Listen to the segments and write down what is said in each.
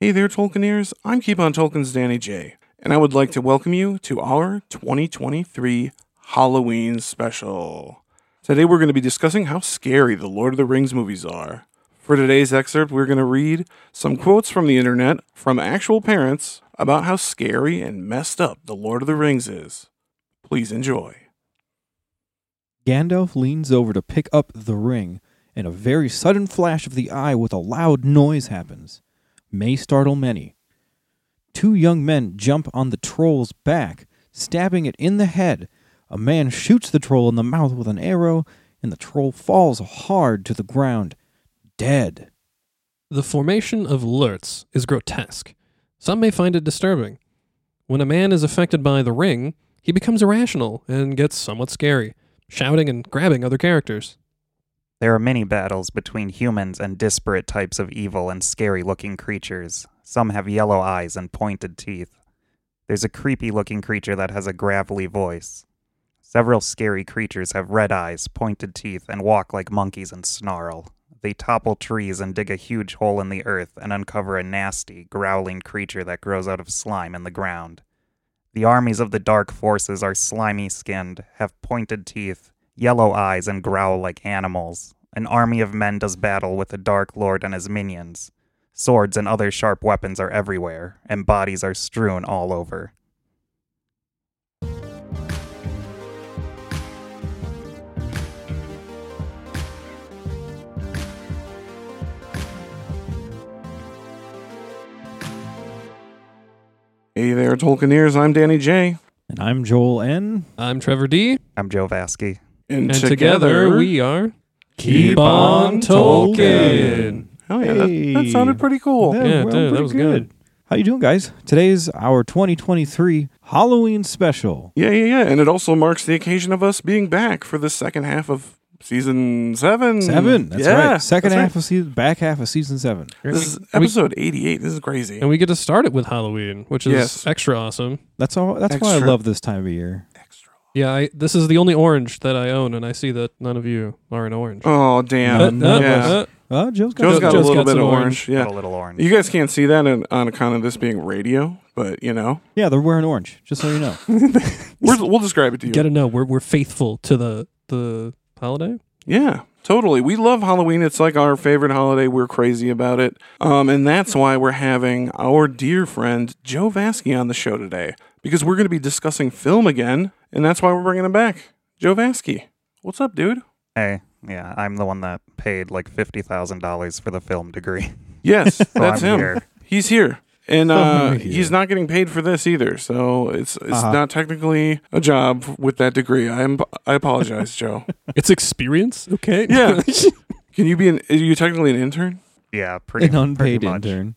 Hey there, Tolkieneers. I'm Keep on Tolkien's Danny J, and I would like to welcome you to our 2023 Halloween special. Today we're going to be discussing how scary the Lord of the Rings movies are. For today's excerpt, we're going to read some quotes from the internet from actual parents about how scary and messed up the Lord of the Rings is. Please enjoy. Gandalf leans over to pick up the ring, and a very sudden flash of the eye with a loud noise happens. May startle many. Two young men jump on the troll's back, stabbing it in the head. A man shoots the troll in the mouth with an arrow, and the troll falls hard to the ground, dead. The formation of lurts is grotesque. Some may find it disturbing. When a man is affected by the ring, he becomes irrational and gets somewhat scary, shouting and grabbing other characters. There are many battles between humans and disparate types of evil and scary looking creatures. Some have yellow eyes and pointed teeth. There's a creepy looking creature that has a gravelly voice. Several scary creatures have red eyes, pointed teeth, and walk like monkeys and snarl. They topple trees and dig a huge hole in the earth and uncover a nasty, growling creature that grows out of slime in the ground. The armies of the dark forces are slimy skinned, have pointed teeth, yellow eyes, and growl like animals. An army of men does battle with the Dark Lord and his minions. Swords and other sharp weapons are everywhere, and bodies are strewn all over. Hey there, Tolkieneers. I'm Danny J. And I'm Joel N. I'm Trevor D, I'm Joe Vasky. and together, we are Keep on Tolkien. Oh yeah, that, that Hey. sounded pretty cool. Yeah, Yeah, well, dude, that pretty was good. How you doing, guys? Today's our 2023 Halloween special. Yeah, yeah, yeah. And it also marks the occasion of us being back for the second half of season seven. Seven. That's Hmm. Yeah, right. Second that's half of season, back half of season seven. right. This is And we- episode 88. This is crazy. and we get to start it with Halloween, which is Yes. extra awesome. That's all. That's why I Extra. love this time of year. Extra. Yeah, I, this is the only orange that I own, and I see that none of you are an orange. Oh, damn. Uh, uh, yeah. uh, Oh, Joe's got. Joe's got Joe's a little got bit some of orange. orange. Got Yeah. a little orange. You guys can't see that in, on account of this being radio, but you know, yeah, they're wearing orange. Just so you know. we're, we'll describe it to you. Gotta know we're we're faithful to the the holiday. Yeah, totally. We love Halloween. It's like our favorite holiday. We're crazy about it. Um, and that's why we're having our dear friend Joe Vasky on the show today because we're going to be discussing film again. And that's why we're bringing him back. Joe Vasky, what's up, dude? Hey, yeah, I'm the one that paid like $50,000 for the film degree. Yes, So that's I'm him. here. He's here. And uh, I'm here. he's not getting paid for this either, so it's it's Uh-huh. not technically a job with that degree. I'm I apologize, Joe. It's experience, okay? Yeah. Can you be an? Are you technically an intern? Yeah, pretty, An unpaid pretty much. intern.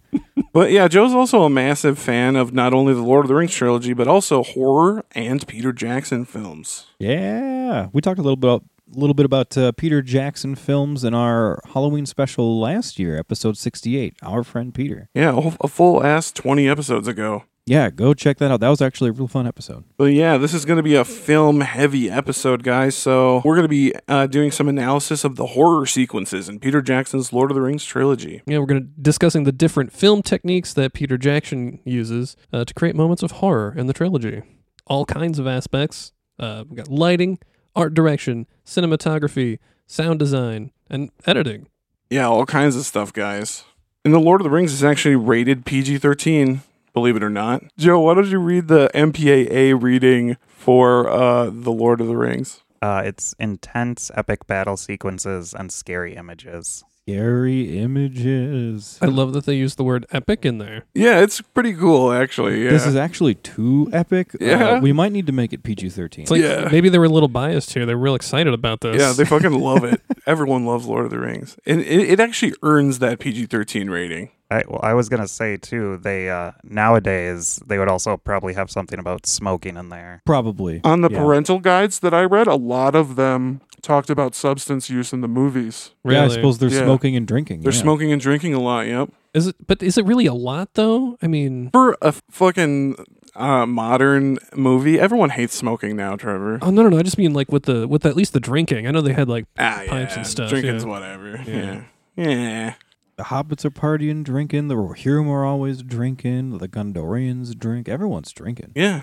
But yeah, Joe's also a massive fan of not only the Lord of the Rings trilogy, but also horror and Peter Jackson films. Yeah, we talked a little bit. About, little bit about uh, Peter Jackson films in our Halloween special last year, episode 68, Our Friend Peter. Yeah, a- a full ass 20 episodes ago. Yeah, go check that out. That was actually a real fun episode. But yeah, this is going to be a film heavy episode, guys. So we're going to be uh, doing some analysis of the horror sequences in Peter Jackson's Lord of the Rings trilogy. Yeah, we're going to discussing the different film techniques that Peter Jackson uses uh, to create moments of horror in the trilogy. All kinds of aspects. Uh, we got lighting, art direction, cinematography, sound design, and editing. Yeah, all kinds of stuff, guys. And the Lord of the Rings is actually rated PG 13, believe it or not. Joe, why don't you read the MPAA reading for uh, the Lord of the Rings? Uh, it's intense, epic battle sequences and scary images. Scary images. I love that they use the word epic in there. Yeah, it's pretty cool actually. Yeah. This is actually too epic. Uh, Yeah. we might need to make it PG 13. It's like Yeah. maybe they were a little biased here. They're real excited about this. yeah, they fucking love it. Everyone loves Lord of the Rings. And it, it actually earns that PG 13 rating. I, well, I was gonna say too. They uh, nowadays they would also probably have something about smoking in there. Probably. On the Yeah. parental guides that I read, a lot of them talked about substance use in the movies. really. Yeah, I suppose they're Yeah. smoking and drinking. They're yeah. smoking and drinking a lot, yep. Is it? But is it really a lot though? I mean, For a fucking uh, modern movie, everyone hates smoking now, Trevor. oh no, no, no. I just mean like with the with at least the drinking. I know they had like ah, pipes yeah, and stuff, Drinking's yeah. whatever. Yeah. Yeah. Yeah. The hobbits are partying, drinking. The Rohirrim are always drinking. The Gondorians drink. Everyone's drinking. Yeah.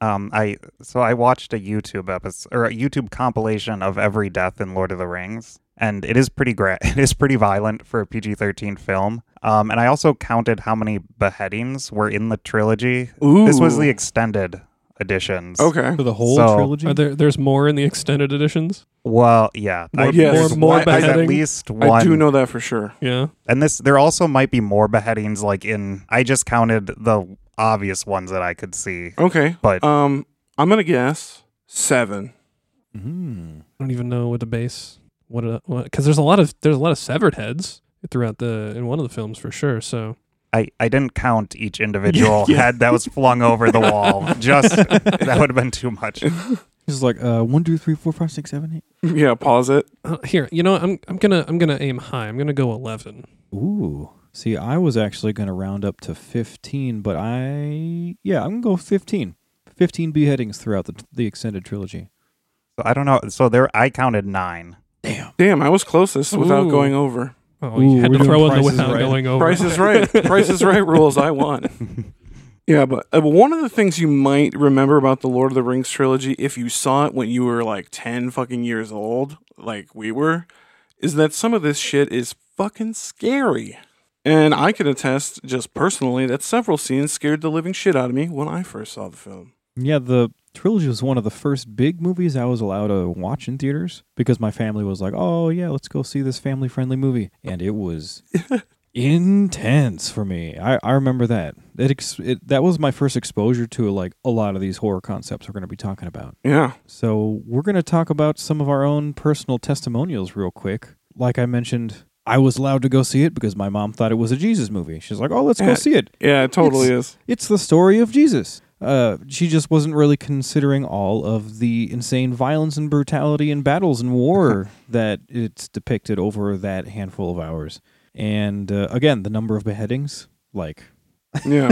Um, I so I watched a YouTube episode or a YouTube compilation of every death in Lord of the Rings, and it is pretty gra- it is pretty violent for a PG thirteen film. Um, and I also counted how many beheadings were in the trilogy. Ooh. This was the extended editions. Okay. For the whole So- trilogy? Are there? There's more in the extended editions. Well, yeah, More- Yes. there's more- more one- there's beheading. At least one. I do know that for sure. Yeah. And this, there also might be more beheadings. Like in, I just counted the obvious ones that I could see. Okay. But Um, I'm gonna guess seven. Mm. I don't even know what to base what a because there's a lot of there's a lot of severed heads throughout the in one of the films for sure. So I, I didn't count each individual Yeah. head that was flung over the wall. Just that would have been too much. Just like uh, one, two, three, four, five, six, seven, eight. Yeah. Pause it. uh, here, you know, I'm I'm gonna I'm gonna aim high. I'm gonna go eleven. Ooh. See, I was actually going to round up to 15, but I. Yeah, I'm going to go 15. 15 beheadings throughout the, the extended trilogy. So I don't know. So there, I counted nine. Damn. Damn, I was closest without Ooh. going over. Oh, you Ooh, had we're to doing throw in the Price is without Right. going over. Price is right. Price is right rules. I won. Yeah, but uh, one of the things you might remember about the Lord of the Rings trilogy, if you saw it when you were like ten fucking years old, like we were, is that some of this shit is fucking scary. And I can attest, just personally, that several scenes scared the living shit out of me when I first saw the film. Yeah, the trilogy was one of the first big movies I was allowed to watch in theaters because my family was like, "Oh yeah, let's go see this family-friendly movie," and it was intense for me. I, I remember that. It, ex- it that was my first exposure to like a lot of these horror concepts we're going to be talking about. Yeah. So we're going to talk about some of our own personal testimonials real quick. Like I mentioned, I was allowed to go see it because my mom thought it was a Jesus movie. She's like, "Oh, let's Yeah. go see it." Yeah, it totally is. It's the story of Jesus. Uh, she just wasn't really considering all of the insane violence and brutality and battles and war that it's depicted over that handful of hours. And uh, again, the number of beheadings, like. Yeah.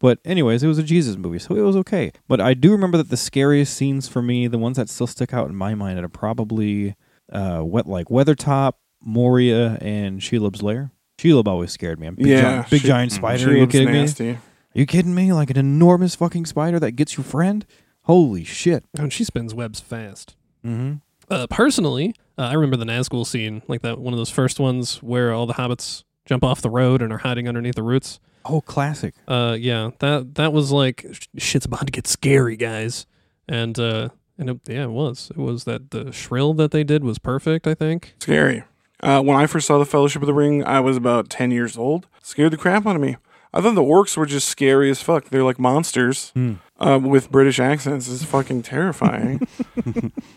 But anyways, it was a Jesus movie, so it was okay. But I do remember that the scariest scenes for me, the ones that still stick out in my mind, are probably uh, what like Weathertop, Moria, and Shelob's Lair. Shelob always scared me. I'm big, Yeah, giant, big she- giant spider. Are you Shit's kidding me? nasty. Are you kidding me? Like an enormous fucking spider that gets your friend? Holy shit. Oh, and she spins webs fast. Mm-hmm. Uh, personally, uh, I remember the Nazgul scene, like that one of those first ones where all the hobbits jump off the road and are hiding underneath the roots. Oh, classic. Uh, yeah, that that was like sh- shit's about to get scary, guys. And uh, and it, yeah, it was. It was that the shrill that they did was perfect. I think. Scary. Uh, when I first saw The Fellowship of the Ring, I was about 10 years old. Scared the crap out of me. I thought the orcs were just scary as fuck. They're like monsters uh, with British accents. It's fucking terrifying.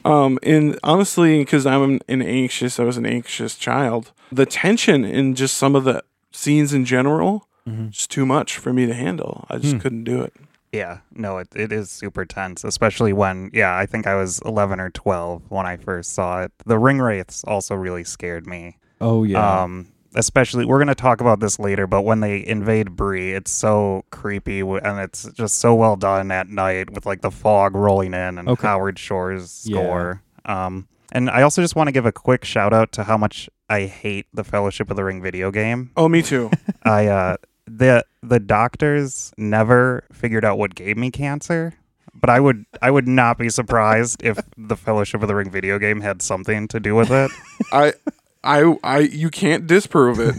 um, and honestly, because I'm an- an anxious, I was an anxious child, the tension in just some of the scenes in general, just too much for me to handle. I just couldn't do it. Yeah, no, it, it is super tense, especially when, yeah, I think I was 11 or 12 when I first saw it. The ring wraiths also really scared me. Oh, yeah. Um, especially, we're going to talk about this later, but when they invade Bree, it's so creepy w- and it's just so well done at night with like the fog rolling in and Okay. Howard Shore's Yeah. score. Um, and I also just want to give a quick shout out to how much I hate the Fellowship of the Ring video game. Oh, me too. I uh the the doctors never figured out what gave me cancer, but I would I would not be surprised if the Fellowship of the Ring video game had something to do with it. I, I, I, you can't disprove it.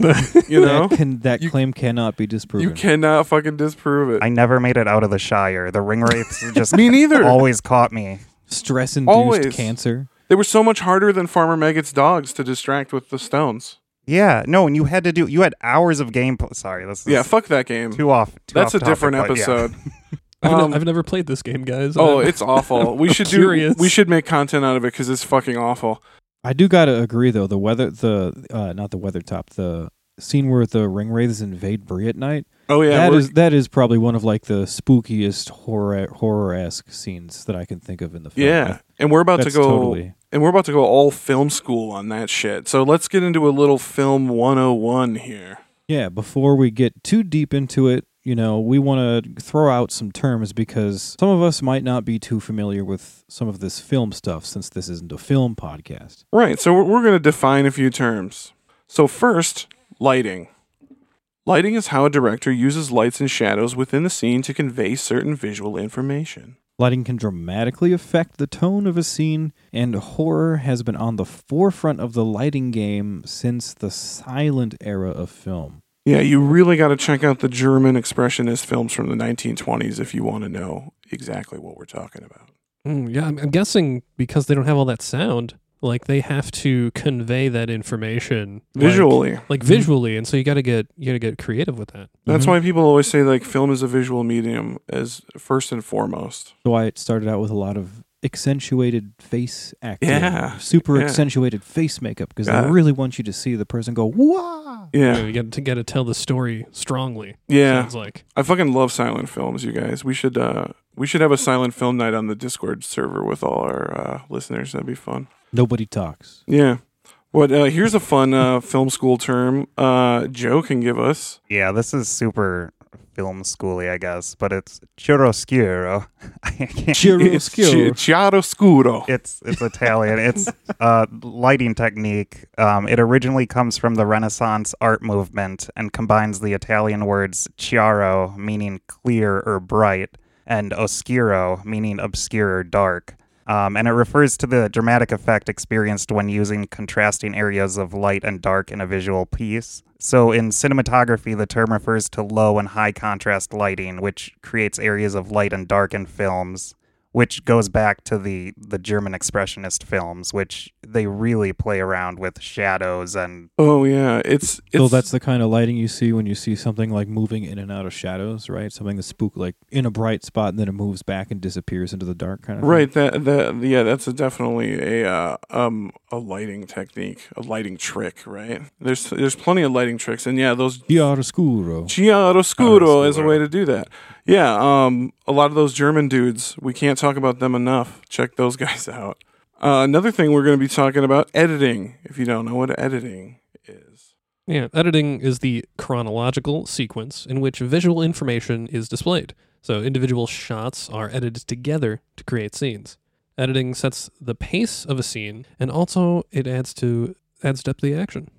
You know? that can, that you- claim cannot be disproven. You cannot fucking disprove it. I never made it out of the Shire. The ring wraiths just Me neither. always caught me. Stress induced Always. cancer. They were so much harder than Farmer Maggot's dogs to distract with the stones. Yeah, no, and you had to do you had hours of gameplay. Sorry, this is Yeah, fuck that game. too off. Too That's a off topic, different but yeah. episode. I've, ne- Um, I've never played this game, guys. oh, I'm- it's awful. We should do. Curious. We should make content out of it because it's fucking awful. I do got to agree, though. The weather, the, uh, not the weather top, the scene where the ring wraiths invade Bree at night. Oh yeah, that we're- is that is probably one of like the spookiest horror horror esque scenes that I can think of in the film. yeah. And we're about to That's go. totally. And we're about to go all film school on that shit. So let's get into a little film 101 here. Yeah, before we get too deep into it, you know, we want to throw out some terms because some of us might not be too familiar with some of this film stuff since this isn't a film podcast. Right. So we're, we're going to define a few terms. So first, Lighting. Lighting is how a director uses lights and shadows within the scene to convey certain visual information. Lighting can dramatically affect the tone of a scene, and horror has been on the forefront of the lighting game since the silent era of film. Yeah, you really got to check out the German Expressionist films from the 1920s if you want to know exactly what we're talking about. Mm, yeah, I'm, I'm guessing because they don't have all that sound, like they have to convey that information like- Visually. like, visually, and so you got to get you got to get creative with that. That's Mhm. why people always say like film is a visual medium as first and foremost. So why it started out with a lot of accentuated face acting. Yeah, Super yeah. accentuated face makeup because Yeah. they really want you to see the person go, wah. You, know, Yeah. you got to got to tell the story strongly. Yeah. sounds like I fucking love silent films, you guys. We should uh we should have a silent film night on the Discord server with all our uh, listeners. That'd be fun. Nobody talks. Yeah. What uh here's a fun uh film school term uh Joe can give us. Yeah, this is super film schooly, I guess, but it's chiaroscuro. I can't. Chiaroscuro. It's chi- chiaroscuro. It's it's Italian. It's a lighting technique. Um, it originally comes from the Renaissance art movement and combines the Italian words chiaro, meaning clear or bright, and oscuro, meaning obscure or dark. Um, and it refers to the dramatic effect experienced when using contrasting areas of light and dark in a visual piece. So, in cinematography, the term refers to low and high contrast lighting, which creates areas of light and dark in films which goes back to the the German expressionist films, which they really play around with shadows and Oh yeah, it's it's so that's the kind of lighting you see when you see something like moving in and out of shadows, right? Something that's spook like in a bright spot and then it moves back and disappears into the dark kind of thing. Right, that that yeah, that's a definitely a uh, um a lighting technique, a lighting trick, right? There's there's plenty of lighting tricks, and yeah, those Chiaroscuro. chiaroscuro is a Chiaroscuro. way to do that. Yeah, um, a lot of those German dudes, we can't talk about them enough. Check those guys out. Uh, another thing we're going to be talking about editing. If you don't know what editing is, Yeah, editing is the chronological sequence in which visual information is displayed. So individual shots are edited together to create scenes. Editing sets the pace of a scene and also it adds to adds depth to the action.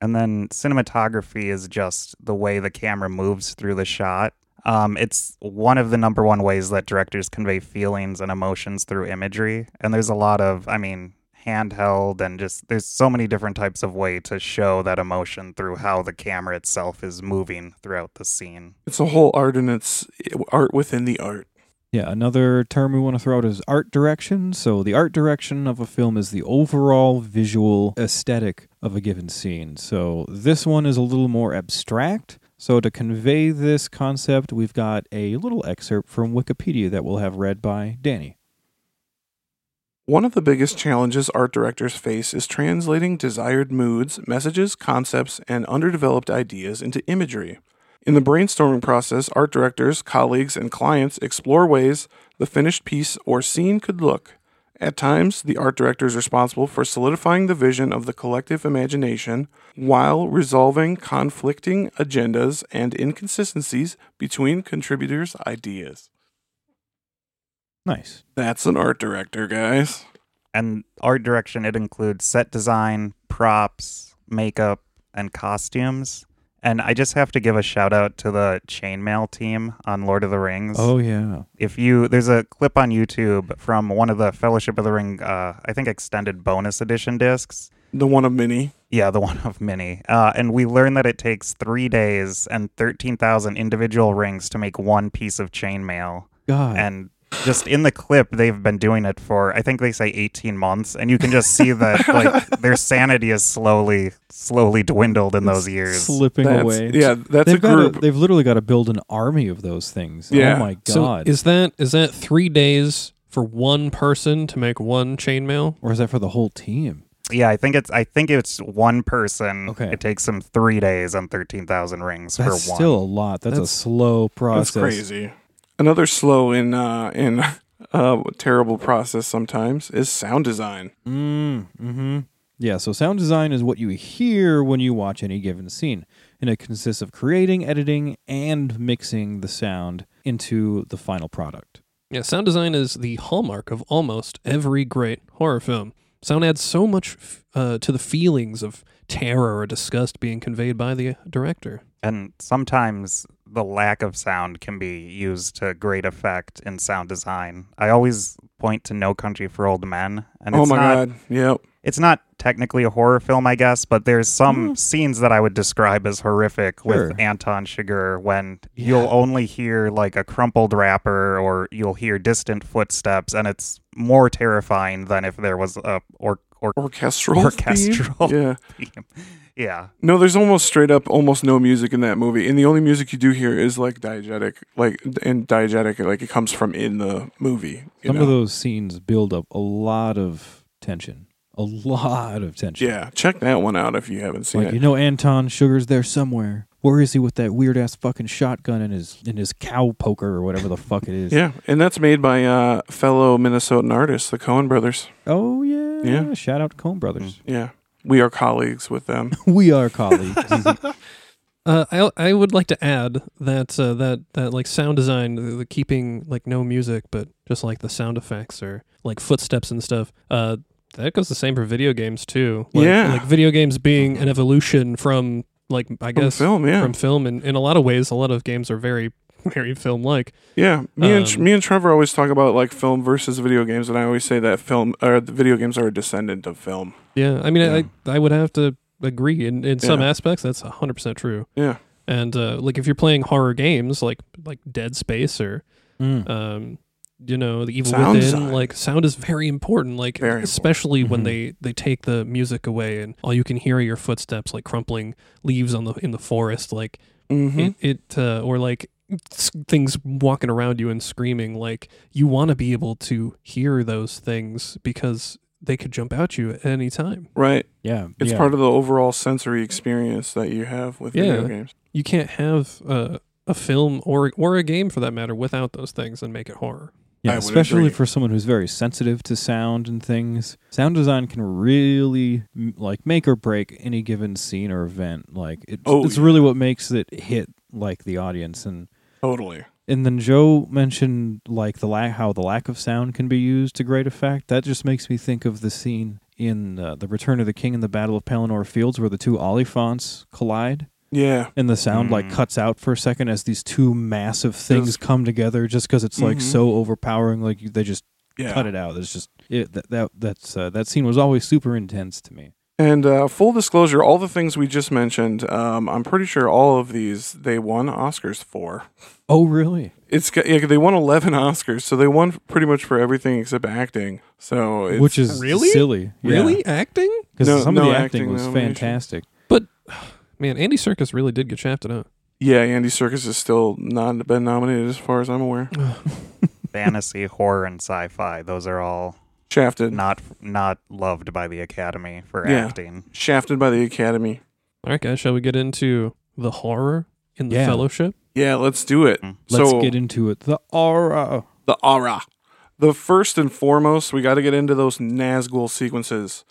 and then cinematography is just the way the camera moves through the shot. Um, it's one of the number one ways that directors convey feelings and emotions through imagery. And there's a lot of, I mean, handheld and just there's so many different types of way to show that emotion through how the camera itself is moving throughout the scene. it's a whole art, and it's art within the art. Yeah, another term we want to throw out is art direction. So, the art direction of a film is the overall visual aesthetic of a given scene. So, this one is a little more abstract. So, to convey this concept, we've got a little excerpt from Wikipedia that we'll have read by Danny. One of the biggest challenges art directors face is translating desired moods, messages, concepts, and underdeveloped ideas into imagery. In the brainstorming process, art directors, colleagues, and clients explore ways the finished piece or scene could look. At times, the art director is responsible for solidifying the vision of the collective imagination while resolving conflicting agendas and inconsistencies between contributors' ideas. Nice. That's an art director, guys. and art direction it includes set design props makeup and costumes and i just have to give a shout out to the chainmail team on lord of the rings Oh, yeah. if you there's a clip on youtube from one of the fellowship of the ring uh, i think extended bonus edition discs The one of many. yeah, the one of many. Uh, and we learn that it takes three days and 13,000 individual rings to make one piece of chainmail God. and just in the clip they've been doing it for i think they say 18 months and you can just see that like their sanity is slowly slowly dwindled in those years Slipping That's- away. Yeah, that's a They've, got group. to, they've literally got to build an army of those things. Yeah. Oh, my So God. is that is that 3 days for one person to make one chainmail? or is that for the whole team? yeah i think it's i think it's one person Okay. it takes them three days and 13000 rings That's for one still a lot. That's, That's- a slow process. That's crazy. Another slow in uh, in uh, terrible process sometimes is sound design. Mm, hmm Yeah, so sound design is what you hear when you watch any given scene, and it consists of creating, editing, and mixing the sound into the final product. Yeah, sound design is the hallmark of almost every great horror film. Sound adds so much f- uh, to the feelings of terror or disgust being conveyed by the director. And sometimes the lack of sound can be used to great effect in sound design. I always point to No Country for Old Men, and oh it's my not god. Yep. it's not technically a horror film, I guess, but there's some Mm. scenes that I would describe as horrific Sure. with Anton Chigurh when Yeah. you'll only hear like a crumpled wrapper or you'll hear distant footsteps, and it's more terrifying than if there was a or or Orchestral. theme? Orchestral. Yeah. yeah. No, there's almost straight up almost no music in that movie, and the only music you do hear is like diegetic, like and diegetic, like it comes from in the movie. You Some know? of those scenes build up a lot of tension. A lot of tension. yeah, check that one out if you haven't seen Like it. you know Anton Sugar's there somewhere. Where is he with that weird ass fucking shotgun and his and his cow poker or whatever the fuck it is? yeah, and that's made by uh, fellow Minnesotan artists, the Cohen brothers. Oh yeah. Yeah. Shout out to Coen Brothers. Yeah, we are colleagues with them. we are colleagues. Uh, I I would like to add that uh, that that like sound design, the, the keeping like no music, but just like the sound effects or like footsteps and stuff. Uh, that goes the same for video games too. Like, Yeah. like video games being an evolution from like I From guess film, yeah, from film, and in a lot of ways, a lot of games are very very film like. yeah. Me and um, me and Trevor always talk about like film versus video games, and I always say that film or the video games are a descendant of film. Yeah, I mean, Yeah. I I would have to agree in in some Yeah. aspects. That's hundred percent true. Yeah, And uh, like if you're playing horror games like like Dead Space or Mm. um, you know, the evil Sound within. design. Like sound is very important. Like Very important. especially when Mhm. they they take the music away and all you can hear are your footsteps, like crumpling leaves on the in the forest. Like mm-hmm. it, it uh, or like s- things walking around you and screaming. Like you want to be able to hear those things because they could jump out you at any time. right. Yeah. It's yeah. part of the overall sensory experience that you have with video Yeah. games. You can't have uh, a film or or a game for that matter without those things and make it horror. I Yeah, would especially agree. for someone who's very sensitive to sound and things. Sound design can really m- like make or break any given scene or event. Like it, Oh, it's yeah. really what makes it hit like the audience and Totally. and then Joe mentioned like the la- how the lack of sound can be used to great effect. That just makes me think of the scene in uh, the Return of the King and the Battle of Pelennor Fields where the two Oliphants collide Yeah. and the sound like Mm. cuts out for a second as these two massive things come together just because it's like Mhm. so overpowering like you- they just Yeah. cut it out it's just it, that, that that's uh, that scene was always super intense to me And uh, full disclosure, all the things we just mentioned, um, I'm pretty sure all of these they won Oscars for. oh really It's got- yeah, they won 11 Oscars, so they won pretty much for everything except acting. So it's, which is Really? silly Really, acting? because No- some no of the acting, acting was nomination. fantastic Man, Andy Circus really did get shafted out. yeah, Andy Serkis has still not been nominated as far as I'm aware. Uh, Fantasy, horror, and sci-fi. Those are all Shafted, not not loved by the Academy for Yeah. acting. shafted by the Academy. All right, guys, shall we get into the horror in the Yeah. fellowship? Yeah, let's do it. Mm. let's so get into it the aura the aura. The first and foremost, we got to get into those Nazgul sequences.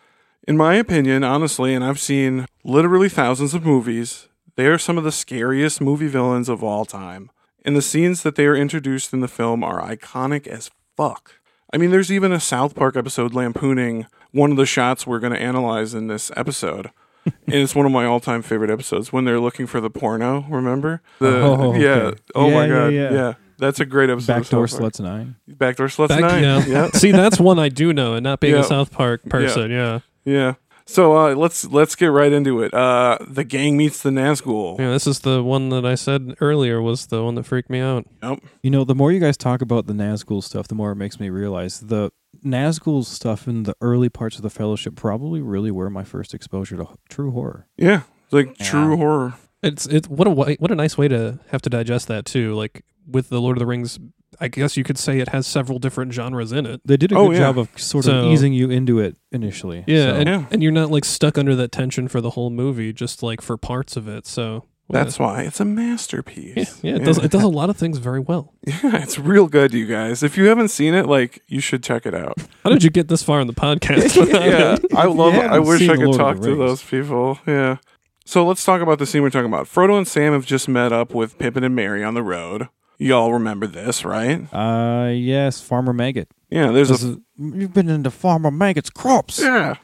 In my opinion, honestly, and I've seen literally thousands of movies, they are some of the scariest movie villains of all time. And the scenes that they are introduced in the film are iconic as fuck. I mean, there's even a South Park episode lampooning one of the shots we're going to analyze in this episode. and it's one of my all time favorite episodes when they're looking for the porno, remember? The, Oh, okay. Yeah. Oh my Yeah, yeah, God. yeah. Yeah. That's a great episode. of backdoor South Park. sluts and i Backdoor Sluts Back- Nine. yeah. Yeah, See, that's one I do know, and not being Yeah. a South Park person. Yeah, yeah. So uh, let's let's get right into it. Uh, the gang meets the Nazgul. yeah. this is the one that I said earlier was the one that freaked me out. You know, the more you guys talk about the Nazgul stuff, the more it makes me realize the Nazgul stuff in the early parts of the Fellowship probably really were my first exposure to h- true horror. Yeah, it's like true Yeah. horror. It's it's what a wa- what a nice way to have to digest that too. Like with the Lord of the Rings, I guess you could say it has several different genres in it. They did a Oh, good yeah. job of sort of So- easing you into it initially. Yeah, So, and, Yeah. and you're not like stuck under that tension for the whole movie, just like for parts of it. So yeah. That's why it's a yeah, masterpiece. yeah. It does it does a lot of things very well. Yeah, it's real good, you guys. If you haven't seen it, like you should check it out. How did you get this far in the podcast? without yeah, it? I love. haven't I wish seen I The could Lord of talk the to Rings. those people. Yeah. So let's talk about the scene we're talking about. Frodo and Sam have just met up with Pippin and Mary on the road. Y'all remember this, right? Uh, yes, Farmer Maggot. Yeah, there's This a is- You've been into Farmer Maggot's crops. yeah.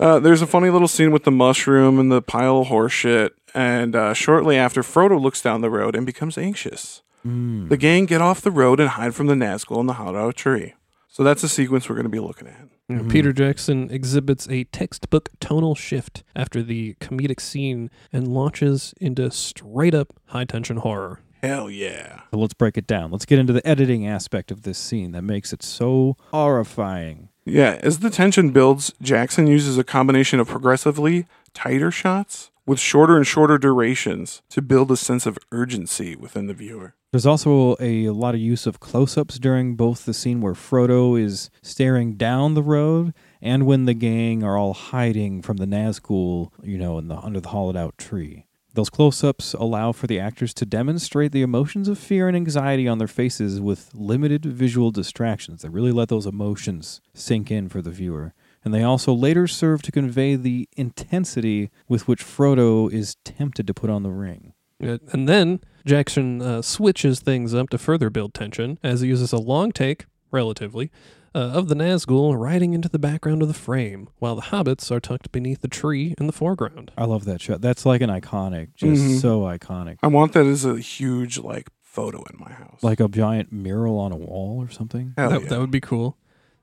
Uh, there's a funny little scene with the mushroom and the pile of horseshit, and uh, shortly after, Frodo looks down the road and becomes anxious. Hmm. The gang get off the road and hide from the Nazgul in the hollow tree. So that's the sequence we're going to be looking at. You know, Peter Jackson exhibits a textbook tonal shift after the comedic scene and launches into straight up high tension horror. Hell yeah. So let's break it down. Let's get into the editing aspect of this scene that makes it so horrifying. Yeah, as the tension builds, Jackson uses a combination of progressively tighter shots with shorter and shorter durations to build a sense of urgency within the viewer. There's also a lot of use of close ups during both the scene where Frodo is staring down the road and when the gang are all hiding from the Nazgul, you know, in the, under the hollowed out tree. Those close ups allow for the actors to demonstrate the emotions of fear and anxiety on their faces with limited visual distractions that really let those emotions sink in for the viewer. And they also later serve to convey the intensity with which Frodo is tempted to put on the ring. Uh, And then Jackson uh, switches things up to further build tension as he uses a long take, relatively, uh, of the Nazgul riding into the background of the frame, while the hobbits are tucked beneath the tree in the foreground. I love that shot. That's like an iconic, just Mhm. so iconic. I want that as a huge, like, photo in my house. Like a giant mural on a wall or something. Hell that, yeah. that would be cool.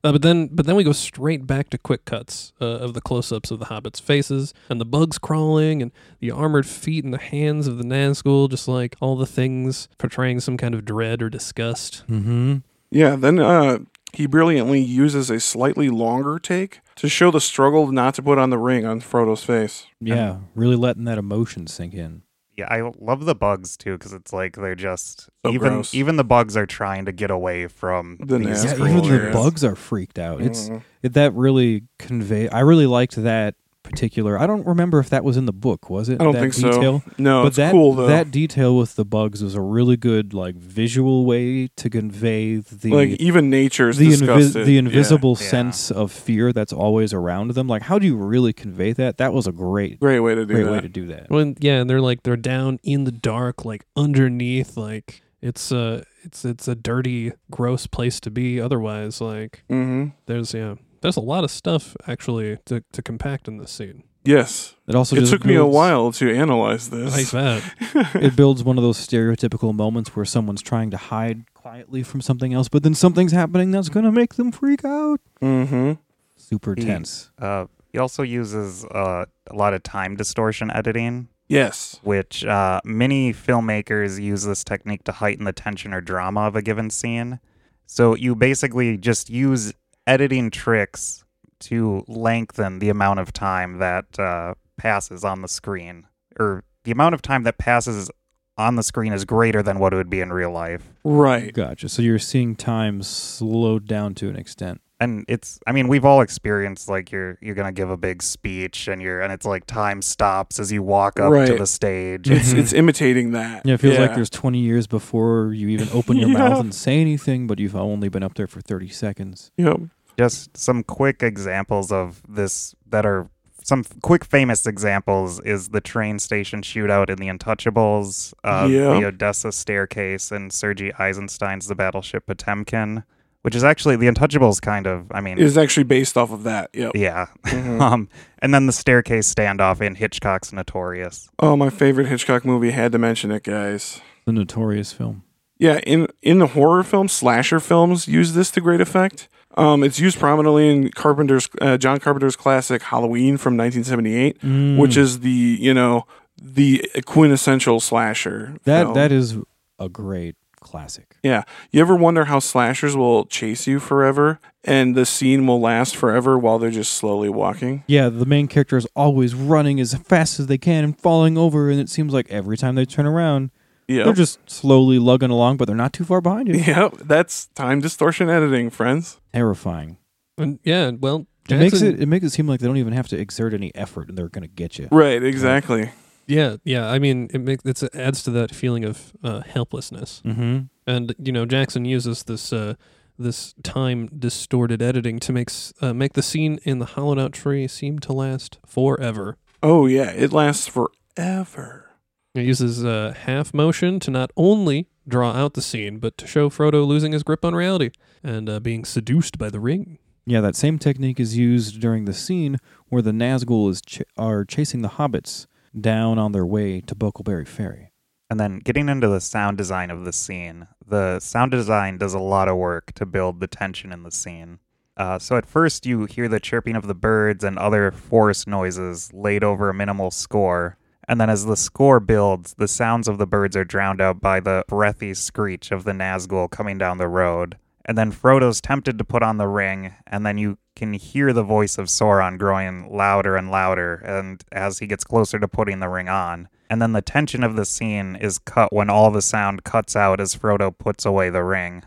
Uh, but then, but then we go straight back to quick cuts uh, of the close-ups of the hobbits' faces and the bugs crawling and the armored feet and the hands of the Nazgul, just like all the things portraying some kind of dread or disgust. Mm-hmm. Yeah, then uh, he brilliantly uses a slightly longer take to show the struggle not to put on the ring on Frodo's face. Yeah, really letting that emotion sink in. Yeah, I love the bugs too because it's like they're just So even gross. even the bugs are trying to get away from The Nazgul, these Yeah, even the yeah. creatures. bugs are freaked out. It's Mhm. it, that really convey. I really liked that particular. I don't remember if that was in the book. Was it? I don't that think detail? so. No, but it's that cool though. that detail with the bugs was a really good like visual way to convey the like even nature's the, invis- disgusted. the Yeah. invisible yeah. sense of fear that's always around them. Like, how do you really convey that? That was a great, Great way to do great that. way to do that. When yeah, and they're like they're down in the dark, like underneath, like it's a it's it's a dirty, gross place to be. Otherwise, like mm-hmm. there's yeah, there's a lot of stuff actually to to compact in this scene. Yes, It also it just took me a builds- Oh, while to analyze I this. bet. It builds one of those stereotypical moments where someone's trying to hide quietly from something else, but then something's happening that's gonna make them freak out. mm-hmm. Super Yeah. tense. Uh, he also uses uh, a lot of time distortion editing, Yes. which uh, many filmmakers use this technique to heighten the tension or drama of a given scene. So you basically just use editing tricks to lengthen the amount of time that uh, passes on the screen, or the amount of time that passes on the screen is greater than what it would be in real life. Right. Gotcha. So you're seeing time slowed down to an extent. and it's i mean we've all experienced like you're you're gonna give a big speech and you're and it's like time stops as you walk up to Right. Mm. the stage It's it's imitating that. Mm-hmm. Yeah, it feels like there's 20 years before you even open your Yeah. mouth and say anything, but you've only been up there for 30 seconds. Yep. just some quick examples of this that are some f- quick famous examples is the train station shootout in the untouchables uh, Yeah. the odessa staircase and sergei eisenstein's the battleship potemkin which is actually the untouchables kind of i mean It is actually based off of that. Yep. yeah Mhm. um, and then the staircase standoff in hitchcock's notorious Oh, my favorite Hitchcock movie. Had to mention it, guys. The notorious film. Yeah, in in the horror films, slasher films use this to great effect. Um, it's used prominently in Carpenter's uh, John Carpenter's classic Halloween from 1978, Hmm. which is the you know the quintessential slasher. That film. that is a great classic. Yeah. You ever wonder how slashers will chase you forever and the scene will last forever while they're just slowly walking? Yeah, the main character is always running as fast as they can and falling over, and it seems like every time they turn around, Yeah. they're just slowly lugging along, but they're not too far behind you. Yep, that's time distortion editing, friends. Terrifying. And yeah, well, It Jackson, makes it it makes it seem like they don't even have to exert any effort, and they're gonna get you. Right, exactly. Yeah, yeah. I mean, it makes it adds to that feeling of uh, helplessness, Mm-hmm. and you know, Jackson uses this uh, this time distorted editing to make s- uh, make the scene in the hollowed out tree seem to last forever. Oh yeah, it lasts forever. It uses uh, half motion to not only draw out the scene, but to show Frodo losing his grip on reality and uh, being seduced by the ring. Yeah, that same technique is used during the scene where the Nazgul is ch- are chasing the hobbits down on their way to Buckleberry Ferry. And then getting into the sound design of the scene, the sound design does a lot of work to build the tension in the scene. Uh, so at first, you hear the chirping of the birds and other forest noises laid over a minimal score. And then as the score builds, the sounds of the birds are drowned out by the breathy screech of the Nazgul coming down the road. And then Frodo's tempted to put on the ring, and then you can hear the voice of Sauron growing louder and louder, and as he gets closer to putting the ring on. And then the tension of the scene is cut when all the sound cuts out as Frodo puts away the ring.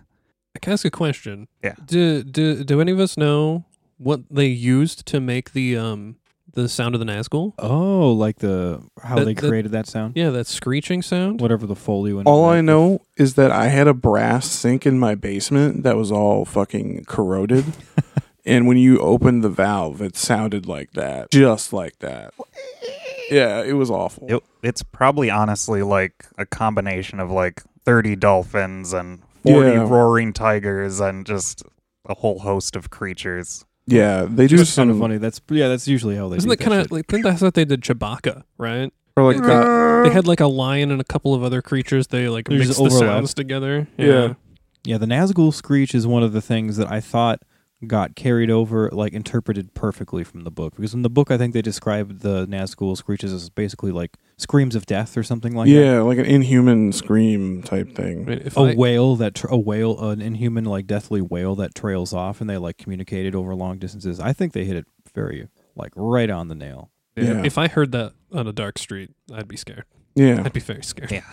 I can ask a question. Yeah. Do do do any of us know what they used to make the um the sound of the Nazgul? Oh, like the how That- they that- created that sound? Yeah, that screeching sound. Whatever the foley went. All I know is that I had a brass sink in my basement that was all fucking corroded. and when you opened the valve, it sounded like that. Just like that. Yeah, it was awful. It, it's probably honestly like a combination of like 30 dolphins and 40 Yeah. roaring tigers and just a whole host of creatures. Yeah, they do Just kind some of funny. That's yeah. That's usually how they. Isn't do that kind that of like? Think that's what they did Chewbacca, right? or like that. They had like a lion and a couple of other creatures. They like There's mixed the overlap. sounds together. Yeah. Yeah, the Nazgul screech is one of the things that I thought got carried over, like interpreted perfectly from the book. Because in the book, I think they described the Nazgul screeches as basically like screams of death or something like that. yeah, like an inhuman scream type I thing. mean, if A I, whale that tra- a whale, an inhuman like deathly whale that trails off, and they like communicated over long distances. I think they hit it very like right on the nail. Yeah. if I heard that on a dark street, I'd be scared. Yeah. I'd be very scared. Yeah.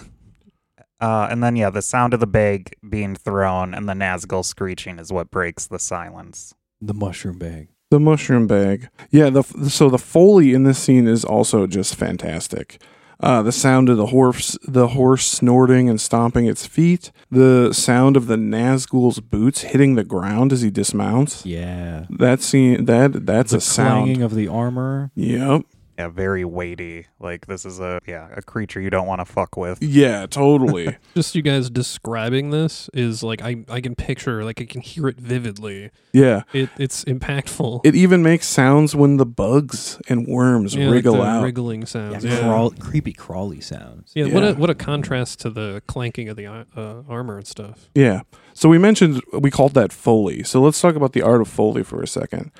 Uh, and then, yeah, the sound of the bag being thrown and the Nazgul screeching is what breaks the silence. The mushroom bag. The mushroom bag. Yeah, the f- so the foley in this scene is also just fantastic. Uh, the sound of the horse, the horse snorting and stomping its feet. The sound of the Nazgul's boots hitting the ground as he dismounts. Yeah, That scene, that that's the a sound. clanging of the armor. Yep. Yeah, very weighty. Like, this is a, yeah, a creature you don't want to fuck with. Yeah. Totally. Just you guys describing this is like I I can picture like I can hear it vividly. yeah. It it's impactful. It even makes sounds when the bugs and worms Yeah, like wriggle the out. wriggling sounds. Yeah, Yeah. Crawl, creepy crawly sounds. Yeah, what Yeah. a what a contrast to the clanking of the ar- uh, armor and stuff. Yeah. So we mentioned we called that Foley. So let's talk about the art of Foley for a second.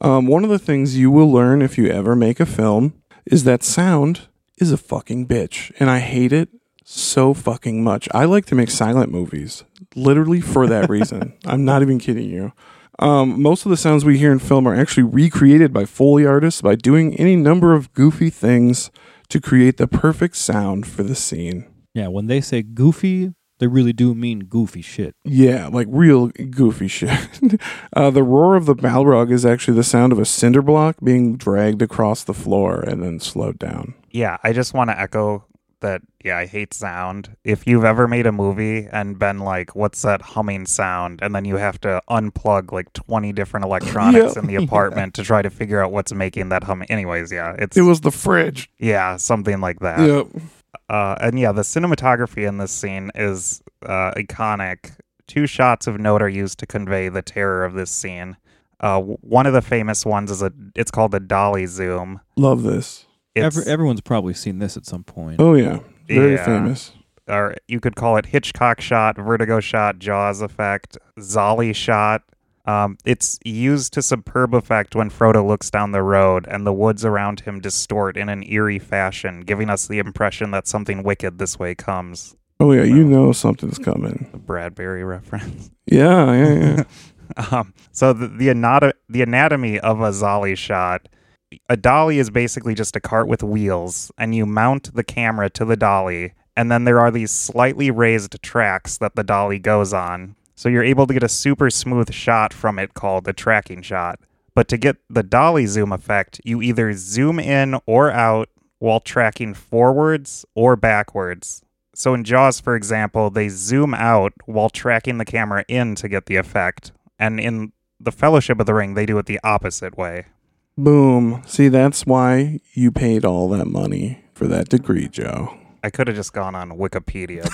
Um, one of the things you will learn if you ever make a film is that sound is a fucking bitch. And I hate it so fucking much. I like to make silent movies literally for that reason. I'm not even kidding you. Um, most of the sounds we hear in film are actually recreated by Foley artists by doing any number of goofy things to create the perfect sound for the scene. Yeah, when they say goofy, they really do mean goofy shit. Yeah, like real goofy shit. uh, the roar of the Balrog is actually the sound of a cinder block being dragged across the floor and then slowed down. Yeah, I just want to echo that. Yeah, I hate sound. If you've ever made a movie and been like, what's that humming sound? And then you have to unplug like 20 different electronics Yeah. in the apartment to try to figure out what's making that hum. Anyways, yeah, it's, It was the fridge. yeah, something like that. Yep. Uh, and yeah, the cinematography in this scene is uh, iconic. Two shots of note are used to convey the terror of this scene. Uh, w- one of the famous ones is a. It's called the dolly zoom. Love this. It's, Every, everyone's probably seen this at some point. Oh, yeah. Very Yeah. famous. or you could call it Hitchcock shot, vertigo shot, Jaws effect, Zolly shot. Um, it's used to superb effect when Frodo looks down the road and the woods around him distort in an eerie fashion, giving us the impression that something wicked this way comes. Oh, yeah. You Wow. know something's coming. The Bradbury reference. Yeah, yeah, yeah. Um, so the the, anato- the anatomy of a Zolly shot. A dolly is basically just a cart with wheels, and you mount the camera to the dolly, and then there are these slightly raised tracks that the dolly goes on. So you're able to get a super smooth shot from it called a tracking shot. But to get the dolly zoom effect, you either zoom in or out while tracking forwards or backwards. So in Jaws, for example, they zoom out while tracking the camera in to get the effect. And in The Fellowship of the Ring, they do it the opposite way. Boom. See, that's why you paid all that money for that degree, Joe. I could have just gone on Wikipedia,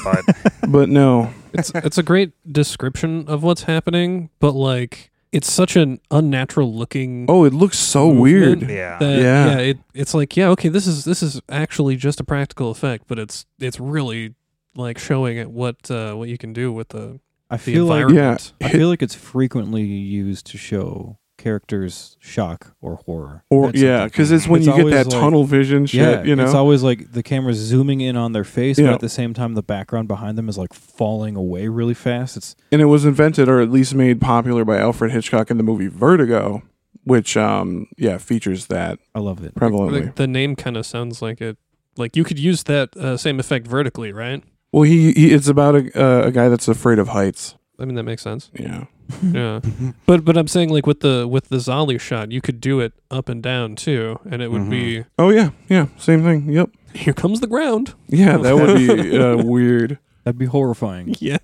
but But no, It's it's a great description of what's happening, but like it's such an unnatural looking oh, it looks so movement weird. yeah. that- Yeah. yeah, it, it's like yeah, okay, this is this is actually just a practical effect, but it's it's really like showing it what uh, what you can do with the, I the feel like environment. I feel like it's frequently used to show characters shock or horror. Or at yeah, something. because it's when It's you get always that like- tunnel vision shit. yeah, you know, it's always like the camera's zooming in on their face, Yeah. but at the same time, the background behind them is like falling away really fast. It's and it was invented or at least made popular by Alfred Hitchcock in the movie Vertigo, which um yeah features that I love it. I prevalently. think the name kind of sounds like it. Like you could use that uh, same effect vertically, right? Well, he, he it's about a uh, a guy that's afraid of heights. I mean that makes sense. Yeah, Yeah, but but I'm saying like with the with the Zolly shot, you could do it up and down too, and it would Mhm. be Oh yeah, yeah, same thing. Yep. here comes the ground. Yeah, that would be uh, weird. That'd be horrifying. Yeah,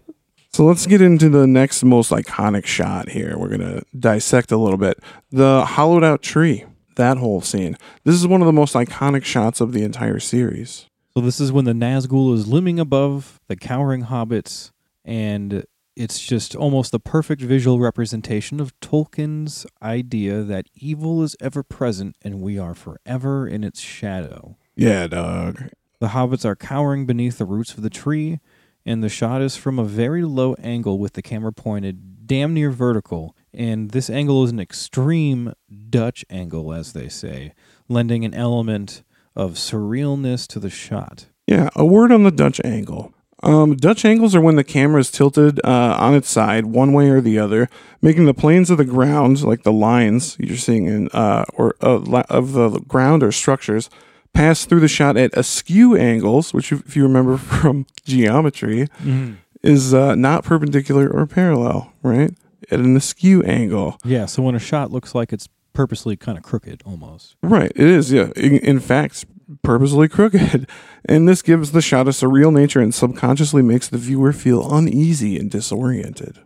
So let's get into the next most iconic shot here. We're gonna dissect a little bit the hollowed out tree. That whole scene. This is one of the most iconic shots of the entire series. So this is when the Nazgul is looming above the cowering hobbits, and it's just almost the perfect visual representation of Tolkien's idea that evil is ever present and we are forever in its shadow. Yeah, dog. The hobbits are cowering beneath the roots of the tree, and the shot is from a very low angle with the camera pointed damn near vertical. And this angle is an extreme Dutch angle, as they say, lending an element of surrealness to the shot. Yeah, a word on the Dutch angle. Um, Dutch angles are when the camera is tilted uh, on its side, one way or the other, making the planes of the ground, like the lines you're seeing in, uh, or uh, li- of the ground or structures, pass through the shot at askew angles, which, if you remember from geometry, is uh, not perpendicular or parallel, right? At an askew angle. Yeah, so when a shot looks like it's purposely kind of crooked almost. Right, it is, yeah. In, in fact, purposely crooked. And this gives the shot a surreal nature and subconsciously makes the viewer feel uneasy and disoriented.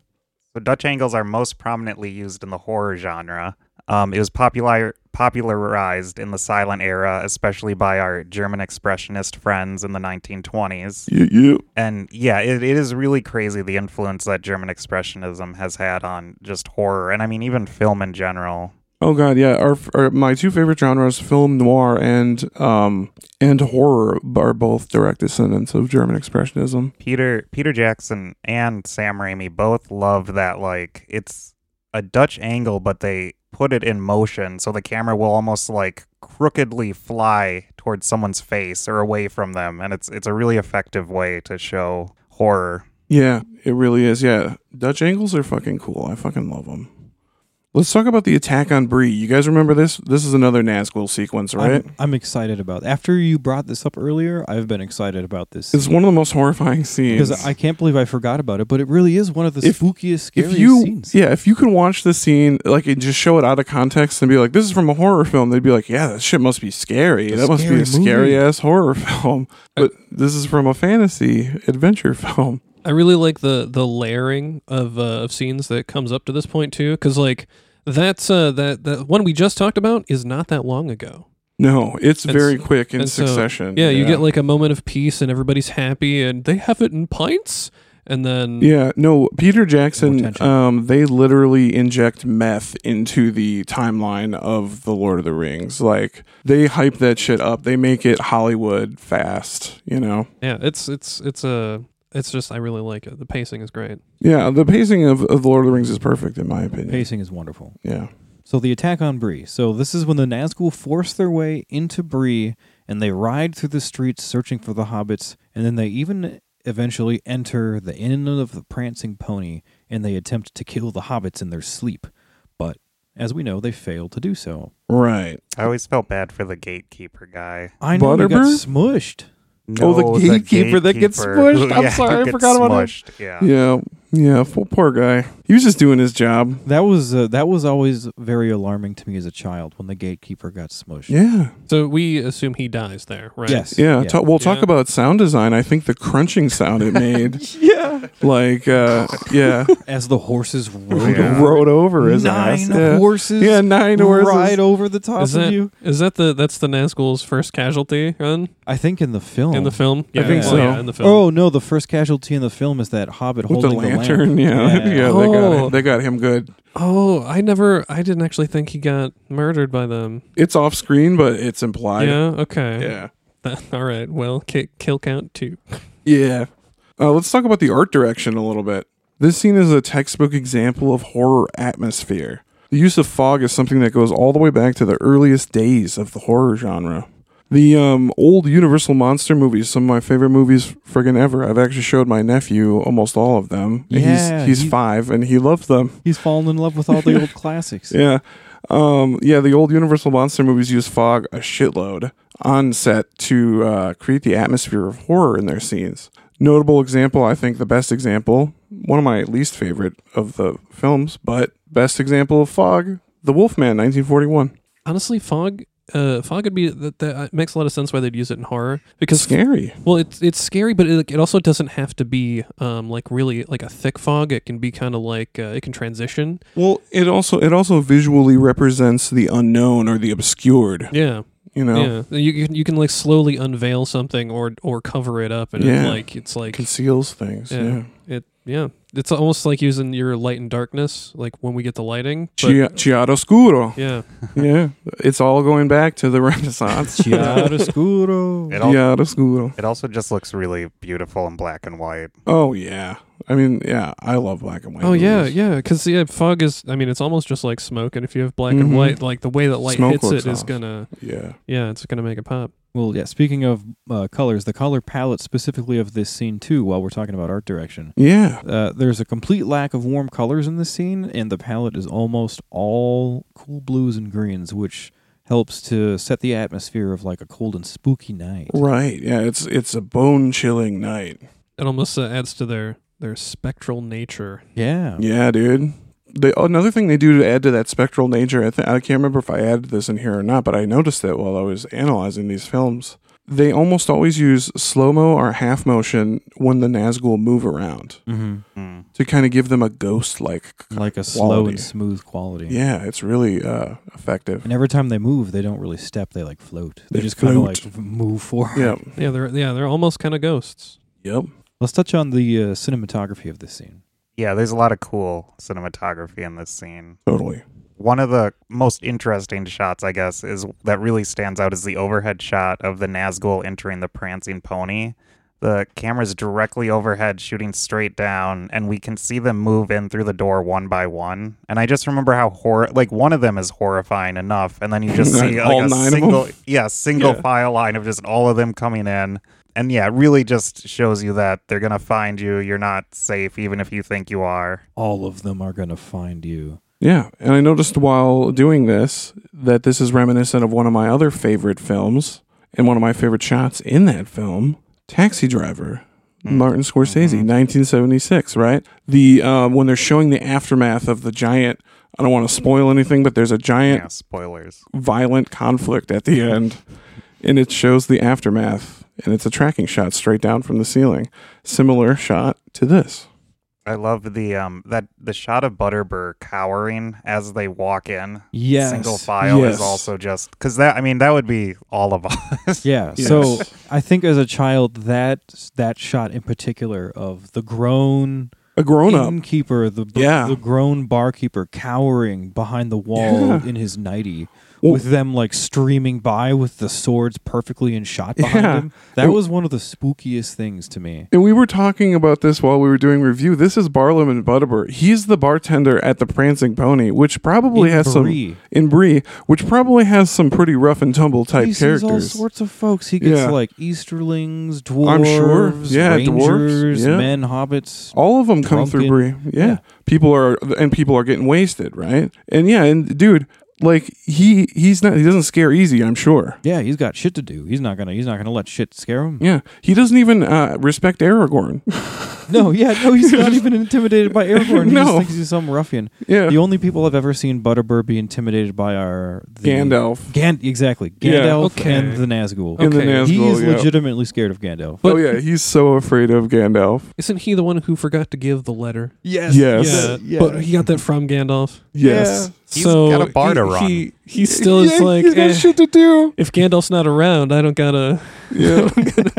So Dutch angles are most prominently used in the horror genre. Um, it was popular popularized in the silent era, especially by our German expressionist friends in the 1920s. You, you. And yeah, it, it is really crazy the influence that German expressionism has had on just horror, and I mean even film in general. Oh god, yeah. Our, our my two favorite genres, film noir and um and horror, are both direct descendants of German expressionism. Peter Peter Jackson and Sam Raimi both love that like it's a Dutch angle, but they put it in motion so the camera will almost like crookedly fly towards someone's face or away from them, and it's it's a really effective way to show horror. Yeah, it really is. Yeah, Dutch angles are fucking cool. I fucking love them. Let's talk about the attack on Bree. You guys remember this? This is another Nazgul sequence, right? I'm, I'm excited about After you brought this up earlier, I've been excited about this. it's one of the most horrifying scenes. because I can't believe I forgot about it, but it really is one of the If- spookiest, scariest if you scenes. yeah if you can watch the scene like and just show it out of context and be like this is from a horror film they'd be like yeah that shit must be scary It's a that must be a scary movie." scary ass horror film but this is from a fantasy adventure film I really like the the layering of uh, of scenes that comes up to this point too, because like that's uh, that that one we just talked about is not that long ago. no it's And very so- quick in and so- succession Yeah, you get like a moment of peace and everybody's happy and they have it in pints, and then yeah no peter jackson tension. um they literally inject meth into the timeline of the lord of the rings like they hype that shit up they make it hollywood fast you know yeah, it's it's it's a it's just I really like it. The pacing is great. Yeah, the pacing of, of Lord of the Rings is perfect in my opinion. Pacing is wonderful. Yeah. So the attack on Bree. So this is when the Nazgul force their way into Bree and they ride through the streets searching for the hobbits and then they even eventually enter the inn of the prancing pony and they attempt to kill the hobbits in their sleep. But as we know, they fail to do so. Right. I always felt bad for the gatekeeper guy. I know they got Butterbur? smushed. Oh, the gatekeeper that gets smushed. I'm Yeah, sorry, who I gets forgot about him. smushed. Yeah. Yeah. Yeah, full poor guy. He was just doing his job. That was uh, that was always very alarming to me as a child when the gatekeeper got smushed. Yeah. So we assume he dies there, right? Yes. Yeah, ta- we'll talk Yeah. about sound design. I think the crunching sound it made, Yeah. like, uh, yeah, As the horses rode Yeah. over, rode over his nine ass. Yeah. horses. Yeah, nine horses. ride over the top Is of that you. is that the that's the Nazgul's first casualty run I think in the film. in the film? I think well, so. Yeah, in the film. Oh no, the first casualty in the film is that hobbit With the holding lantern, lamp. yeah, yeah, they got Oh. him. they got him good. Oh, I never. I didn't actually think he got murdered by them. It's off screen, but it's implied. yeah. Okay. yeah, All right. Well, ki- kill count two. Yeah. Uh, let's talk about the art direction a little bit. This scene is a textbook example of horror atmosphere. The use of fog is something that goes all the way back to the earliest days of the horror genre. The um, old Universal Monster movies, some of my favorite movies friggin' ever. I've actually showed my nephew almost all of them. And Yeah, he's, he's you- five and he loves them. He's fallen in love with all the old classics. Yeah. Um, yeah, the old Universal Monster movies use fog a shitload on set to uh, create the atmosphere of horror in their scenes. Notable example, I think the best example, one of my least favorite of the films, but best example of fog, The Wolfman, 1941. Honestly, fog. Uh, fog would be that, that uh, makes a lot of sense why they'd use it in horror because Scary. well it's it's scary but it, like, it also doesn't have to be um like really like a thick fog it can be kind of like uh, it can transition Well, it also it also visually represents the unknown or the obscured. yeah You know, yeah you, you can you can like slowly unveil something or or cover it up and it, Yeah. like it's like conceals things. Yeah. Yeah. It yeah. It's almost like using your light and darkness, like when we get the lighting. But, Chi- chiaroscuro. yeah. yeah, it's all going back to the Renaissance. Chiaroscuro. It, al- Chiaroscuro. it also just looks really beautiful in black and white. Oh yeah. I mean, yeah, I love black and white. Oh yeah, movies. yeah. Because yeah, fog is. I mean, it's almost just like smoke, and if you have black Mhm. and white, like the way that light Smoke hits it looks is off. gonna. yeah. Yeah, it's gonna make it pop. Well, yeah. Speaking of uh, colors, the color palette specifically of this scene too. While we're talking about art direction, Yeah. uh, there's a complete lack of warm colors in this scene, and the palette is almost all cool blues and greens, which helps to set the atmosphere of like a cold and spooky night. Right. Yeah, it's it's a bone chilling night. It almost uh, adds to their their spectral nature. Yeah. Yeah, dude. They, another thing they do to add to that spectral nature, I, th- I can't remember if I added this in here or not, but I noticed it while I was analyzing these films. They almost always use slow mo or half motion when the Nazgul move around Mm-hmm. Mm. to kind of give them a ghost like. Like a slow Quality. and smooth quality. Yeah, it's really uh, effective. And every time they move, they don't really step; they like float. They, They just kind of float. like move forward. Yeah. Yeah, they're yeah they're almost kind of ghosts. Yep. Let's touch on the uh, cinematography of this scene. Yeah, there's a lot of cool cinematography in this scene. Totally. One of the most interesting shots, I guess, is that really stands out is the overhead shot of the Nazgul entering the prancing pony. The camera's directly overhead, shooting straight down, and we can see them move in through the door one by one. And I just remember how horror, like one of them is horrifying enough, and then you just see like All a nine of single, yeah, single Yeah. file line of just all of them coming in. And yeah, it really just shows you that they're gonna find you. You're not safe, even if you think you are. All of them are gonna find you. Yeah, and I noticed while doing this that this is reminiscent of one of my other favorite films and one of my favorite shots in that film, Taxi Driver, Martin Scorsese, 1976, right? The um, when they're showing the aftermath of the giant I don't want to spoil anything, but there's a giant Yeah, spoilers. violent conflict at the end and it shows the aftermath and it's a tracking shot straight down from the ceiling. Similar shot to this. I love the um that the shot of Butterbur cowering as they walk in. Yes. Single file Yes. is also just because that I mean that would be all of us. Yeah. Yes. So I think as a child, that that shot in particular of the grown A grown up. innkeeper, the b- Yeah. the grown barkeeper cowering behind the wall Yeah. in his nighty, Well- with them like streaming by with the swords perfectly in shot behind Yeah. him. That It- was one of the spookiest things to me. And we were talking about this while we were doing review. This is Barlam and Butterbur. He's the bartender at the Prancing Pony, which probably In has Bree. some in Bree, which probably has some pretty rough and tumble type he sees all characters. sorts of folks. He gets Yeah. like Easterlings, dwarves, I'm sure. Yeah, dwarves. rangers, Yeah. men, hobbits. All of them come through Bree. Drunken. Yeah. Yeah. People are and people are getting wasted, right? And yeah, and dude, Like he he's not he doesn't scare easy. I'm sure. Yeah, he's got shit to do. He's not gonna. He's not gonna let shit scare him. Yeah, he doesn't even uh, respect Aragorn. No, yeah, no, he's not even intimidated by Aragorn. He just No. thinks he's some ruffian. yeah, The only people I've ever seen Butterbur be intimidated by are the Gandalf. Gan- exactly. Yeah. Gandalf Okay. and the Nazgul. In the Okay. Nazgul, He is yeah. legitimately scared of Gandalf. But- oh yeah, he's so afraid of Gandalf. Isn't he the one who forgot to give the letter? Yes. Yes. Yeah, but he got that from Gandalf. Yes, He's so got a bar to he, run. He, he still is Yeah, like, he's got "Eh, shit to do. if Gandalf's not around, I don't gotta Yeah,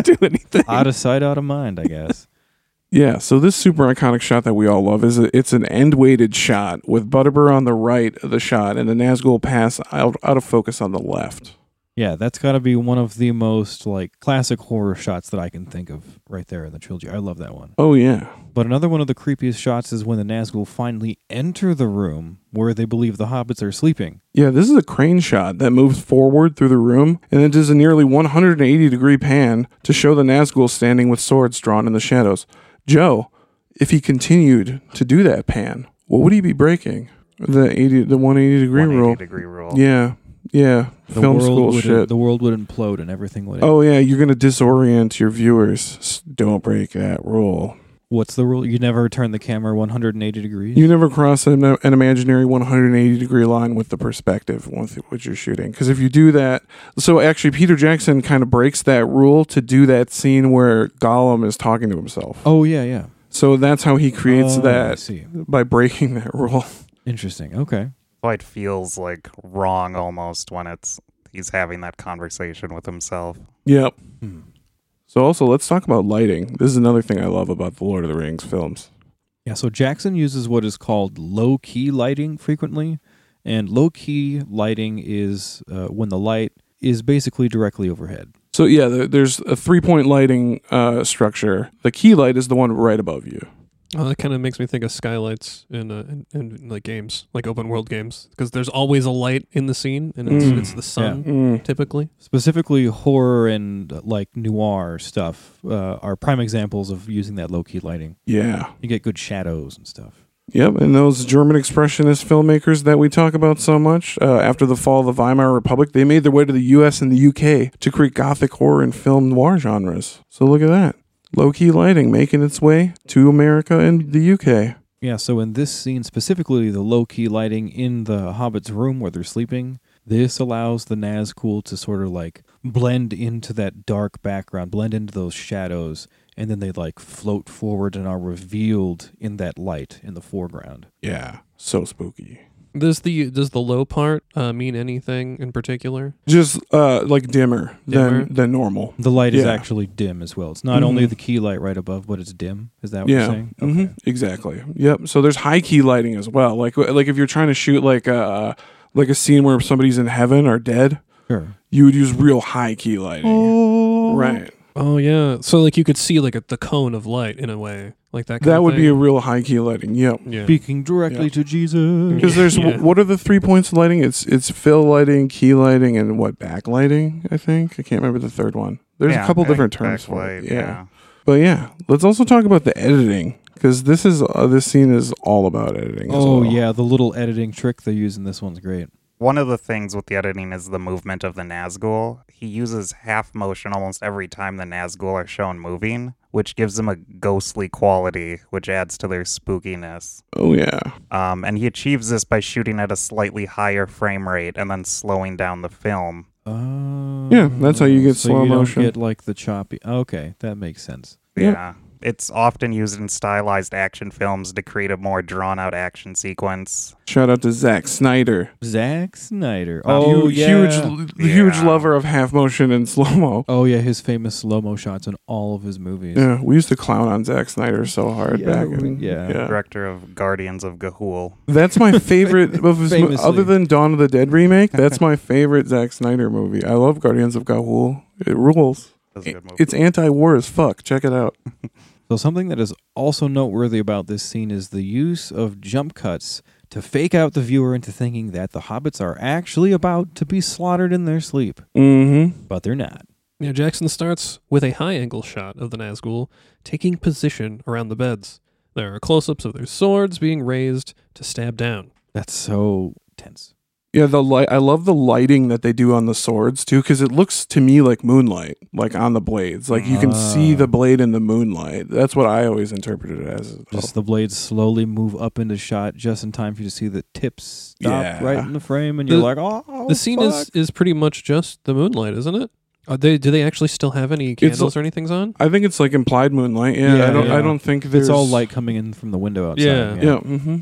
do anything. out of sight, out of mind. I guess. yeah. So this super iconic shot that we all love is a, it's an end weighted shot with Butterbur on the right of the shot and the Nazgul pass out out of focus on the left. Yeah, that's got to be one of the most like classic horror shots that I can think of right there in the trilogy. I love that one. Oh yeah, But another one of the creepiest shots is when the Nazgul finally enter the room where they believe the hobbits are sleeping. yeah. This is a crane shot that moves forward through the room and it does a nearly 180 degree pan to show the Nazgul standing with swords drawn in the shadows. Joe, if he continued to do that pan, what would he be breaking? The 80 the 180 degree 180 rule. degree rule. Yeah, yeah. The Film world school would shit. the world would implode and everything would. Oh yeah, you're gonna disorient your viewers. S- Don't break that rule. What's the rule? You never turn the camera 180 degrees. You never cross an, an imaginary 180 degree line with the perspective with which you're shooting. Because if you do that, so actually Peter Jackson kind of breaks that rule to do that scene where Gollum is talking to himself. oh yeah, yeah. So that's how he creates Oh, I that see. Hmm. by breaking that rule. Interesting. Okay. So it feels like wrong almost when it's he's having that conversation with himself. yep. Hmm. So also let's talk about lighting. This is another thing I love about the Lord of the Rings films. Yeah, so Jackson uses what is called low key lighting frequently. And low key lighting is uh, when the light is basically directly overhead. So yeah, there- there's a three point lighting uh, structure. The key light is the one right above you. Oh, that kind of makes me think of skylights in, uh, in, in like games, like open world games, because there's always a light in the scene, and it's, Mm. it's the sun typically. Specifically, horror and uh, like noir stuff uh, are prime examples of using that low key lighting. Yeah. You get good shadows and stuff. Yep. And those German expressionist filmmakers that we talk about so much, uh, after the fall of the Weimar Republic, they made their way to the U.S. and the U.K. to create Gothic horror and film noir genres. So look at that. Low key lighting making its way to America and the UK. Yeah, so in this scene, specifically the low key lighting in the Hobbit's room where they're sleeping, this allows the Nazgul to sort of like blend into that dark background, blend into those shadows, and then they like float forward and are revealed in that light in the foreground. Yeah. So spooky. Does the does the low part uh, mean anything in particular? Just uh, like dimmer, Dimmer. Than, than normal. The light is Yeah. actually dim as well. It's not only Mhm. the key light right above, but it's dim. Is that what yeah, you're saying? mhm, exactly. Yep. So there's high key lighting as well. Like like if you're trying to shoot like a like a scene where somebody's in heaven or dead, Sure. you would use real high key lighting. Right. Oh yeah, so like you could see like a, the cone of light in a way, like that. Kind That of would be a thing. real high key lighting. Yep. yeah. Speaking directly Yeah. to Jesus. Because there's Yeah. what are the three points of lighting? It's it's fill lighting, key lighting, and what backlighting? I think I can't remember the third one. There's Yeah, a couple back- different terms for it. backlight, Yeah. But yeah, let's also talk about the editing because this is uh, this scene is all about editing. as Oh well. yeah, the little editing trick they use in this one's great. One of the things with the editing is the movement of the Nazgul. He uses half motion almost every time the Nazgul are shown moving, which gives them a ghostly quality, which adds to their spookiness. Oh yeah. Um, and he achieves this by shooting at a slightly higher frame rate and then slowing down the film. Oh. Yeah, that's how you get so slow you don't motion. get like the choppy. Okay, that makes sense. Yeah. Yeah. It's often used in stylized action films to create a more drawn out action sequence. Shout out to Zack Snyder. Zack Snyder. Um, Oh Huge- yeah. huge, huge Yeah. lover of half motion and slow mo. oh yeah, his famous slow mo shots in all of his movies. Yeah, we used to clown on Zack Snyder so hard Yeah, back. we- In, yeah. Director of Guardians of Gahul. That's my favorite of his, mo- Famously. other than Dawn of the Dead remake. That's my favorite Zack Snyder movie. I love Guardians of Gahul. It rules. That's a good movie. It's anti-war as fuck. Check it out. So something that is also noteworthy about this scene is the use of jump cuts to fake out the viewer into thinking that the hobbits are actually about to be slaughtered in their sleep, Mm-hmm. but they're not. Yeah, Jackson starts with a high angle shot of the Nazgul taking position around the beds. There are close ups of their swords being raised to stab down. That's so tense. Yeah, the light. I love the lighting that they do on the swords too, because it looks to me like moonlight, like on the blades. Like you can see Ah. the blade in the moonlight. That's what I always interpreted it as. Just the blades slowly move up into shot just in time for you to see the tips stop Yeah. right in the frame, and you're The- like, oh, the scene is fuck." is pretty much just the moonlight, isn't it? Are they do they actually still have any candles or anything's on? I think it's like implied moonlight. Yeah, Yeah, I don't. yeah. I don't think there's It's all light coming in from the window outside. Yeah. Yeah. Mm-hmm.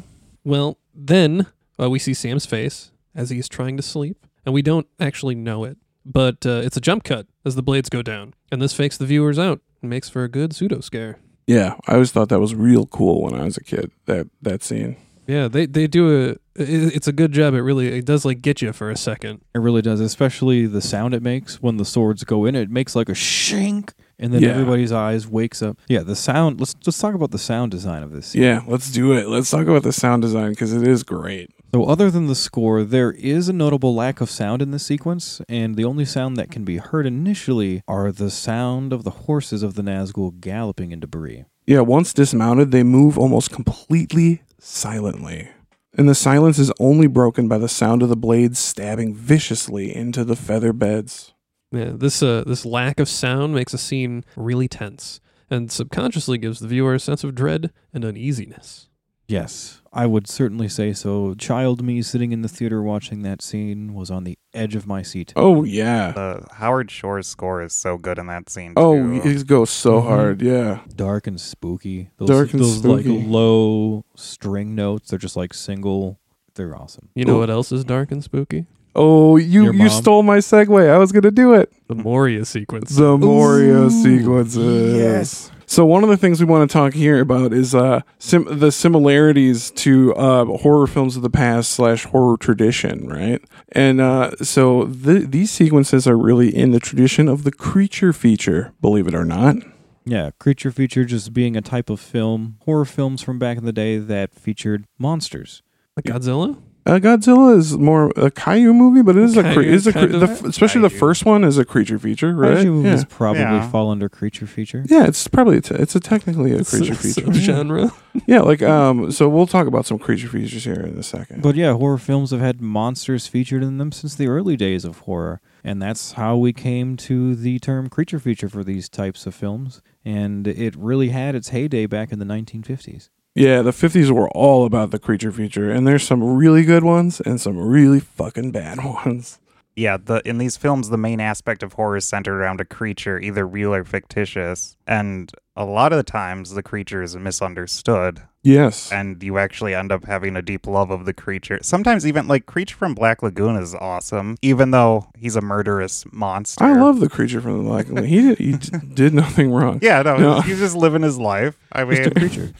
Well, then uh, we see Sam's face as he's trying to sleep, and we don't actually know it, but uh, it's a jump cut as the blades go down, and this fakes the viewers out and makes for a good pseudo scare. Yeah, I always thought that was real cool when I was a kid. That that scene. Yeah, they they do a it- it's a good job. It really it does like get you for a second. It really does, especially the sound it makes when the swords go in. It makes like a shink, and then Yeah. everybody's eyes wakes up. Yeah, the sound. Let's let's talk about the sound design of this. Scene. Yeah, let's do it. Let's talk about the sound design because it is great. So, other than the score, there is a notable lack of sound in this sequence, and the only sound that can be heard initially are the sound of the horses of the Nazgul galloping in debris. Yeah, once dismounted, they move almost completely silently. And the silence is only broken by the sound of the blades stabbing viciously into the feather beds. Yeah, this uh this lack of sound makes a scene really tense and subconsciously gives the viewer a sense of dread and uneasiness. Yes, I would certainly say so. Child me sitting in the theater watching that scene was on the edge of my seat. Oh, yeah. The Howard Shore's score is so good in that scene. Oh, too. it goes so Mhm. hard. Yeah. Dark and spooky. Those, Dark and those spooky. like low string notes. They're just like single. They're awesome. You know Ooh. what else is dark and spooky? Oh, you, Your you mom? stole my segue. I was going to do it. The Moria sequence. The Moria Ooh, sequences. yes. So one of the things we want to talk here about is uh, sim- the similarities to uh, horror films of the past slash horror tradition, right? And uh, so th- these sequences are really in the tradition of the creature feature, believe it or not. Yeah, creature feature just being a type of film, horror films from back in the day that featured monsters. Like Godzilla? Uh, Godzilla is more a Caillou movie, but it is a, cre- Caillou, it is a cre- kind of. the f- especially the Caillou. first one is a creature feature, right? Kaiju movies Yeah. probably Yeah. fall under creature feature. Yeah, it's probably a t- it's a technically a It's creature a feature. Yeah. subgenre. yeah, like um, so we'll talk about some creature features here in a second. But yeah, horror films have had monsters featured in them since the early days of horror, and that's how we came to the term creature feature for these types of films, and it really had its heyday back in the 1950s. Yeah, the 50s were all about the creature feature, and there's some really good ones and some really fucking bad ones. Yeah, the in these films, the main aspect of horror is centered around a creature, either real or fictitious, and a lot of the times the creature is misunderstood, Yes. and you actually end up having a deep love of the creature. Sometimes even like creature from Black Lagoon is awesome, even though he's a murderous monster. I love the creature from the Black Lagoon. He, did, he d- did nothing wrong. Yeah, no, No. he's just living his life. I mean, Creature.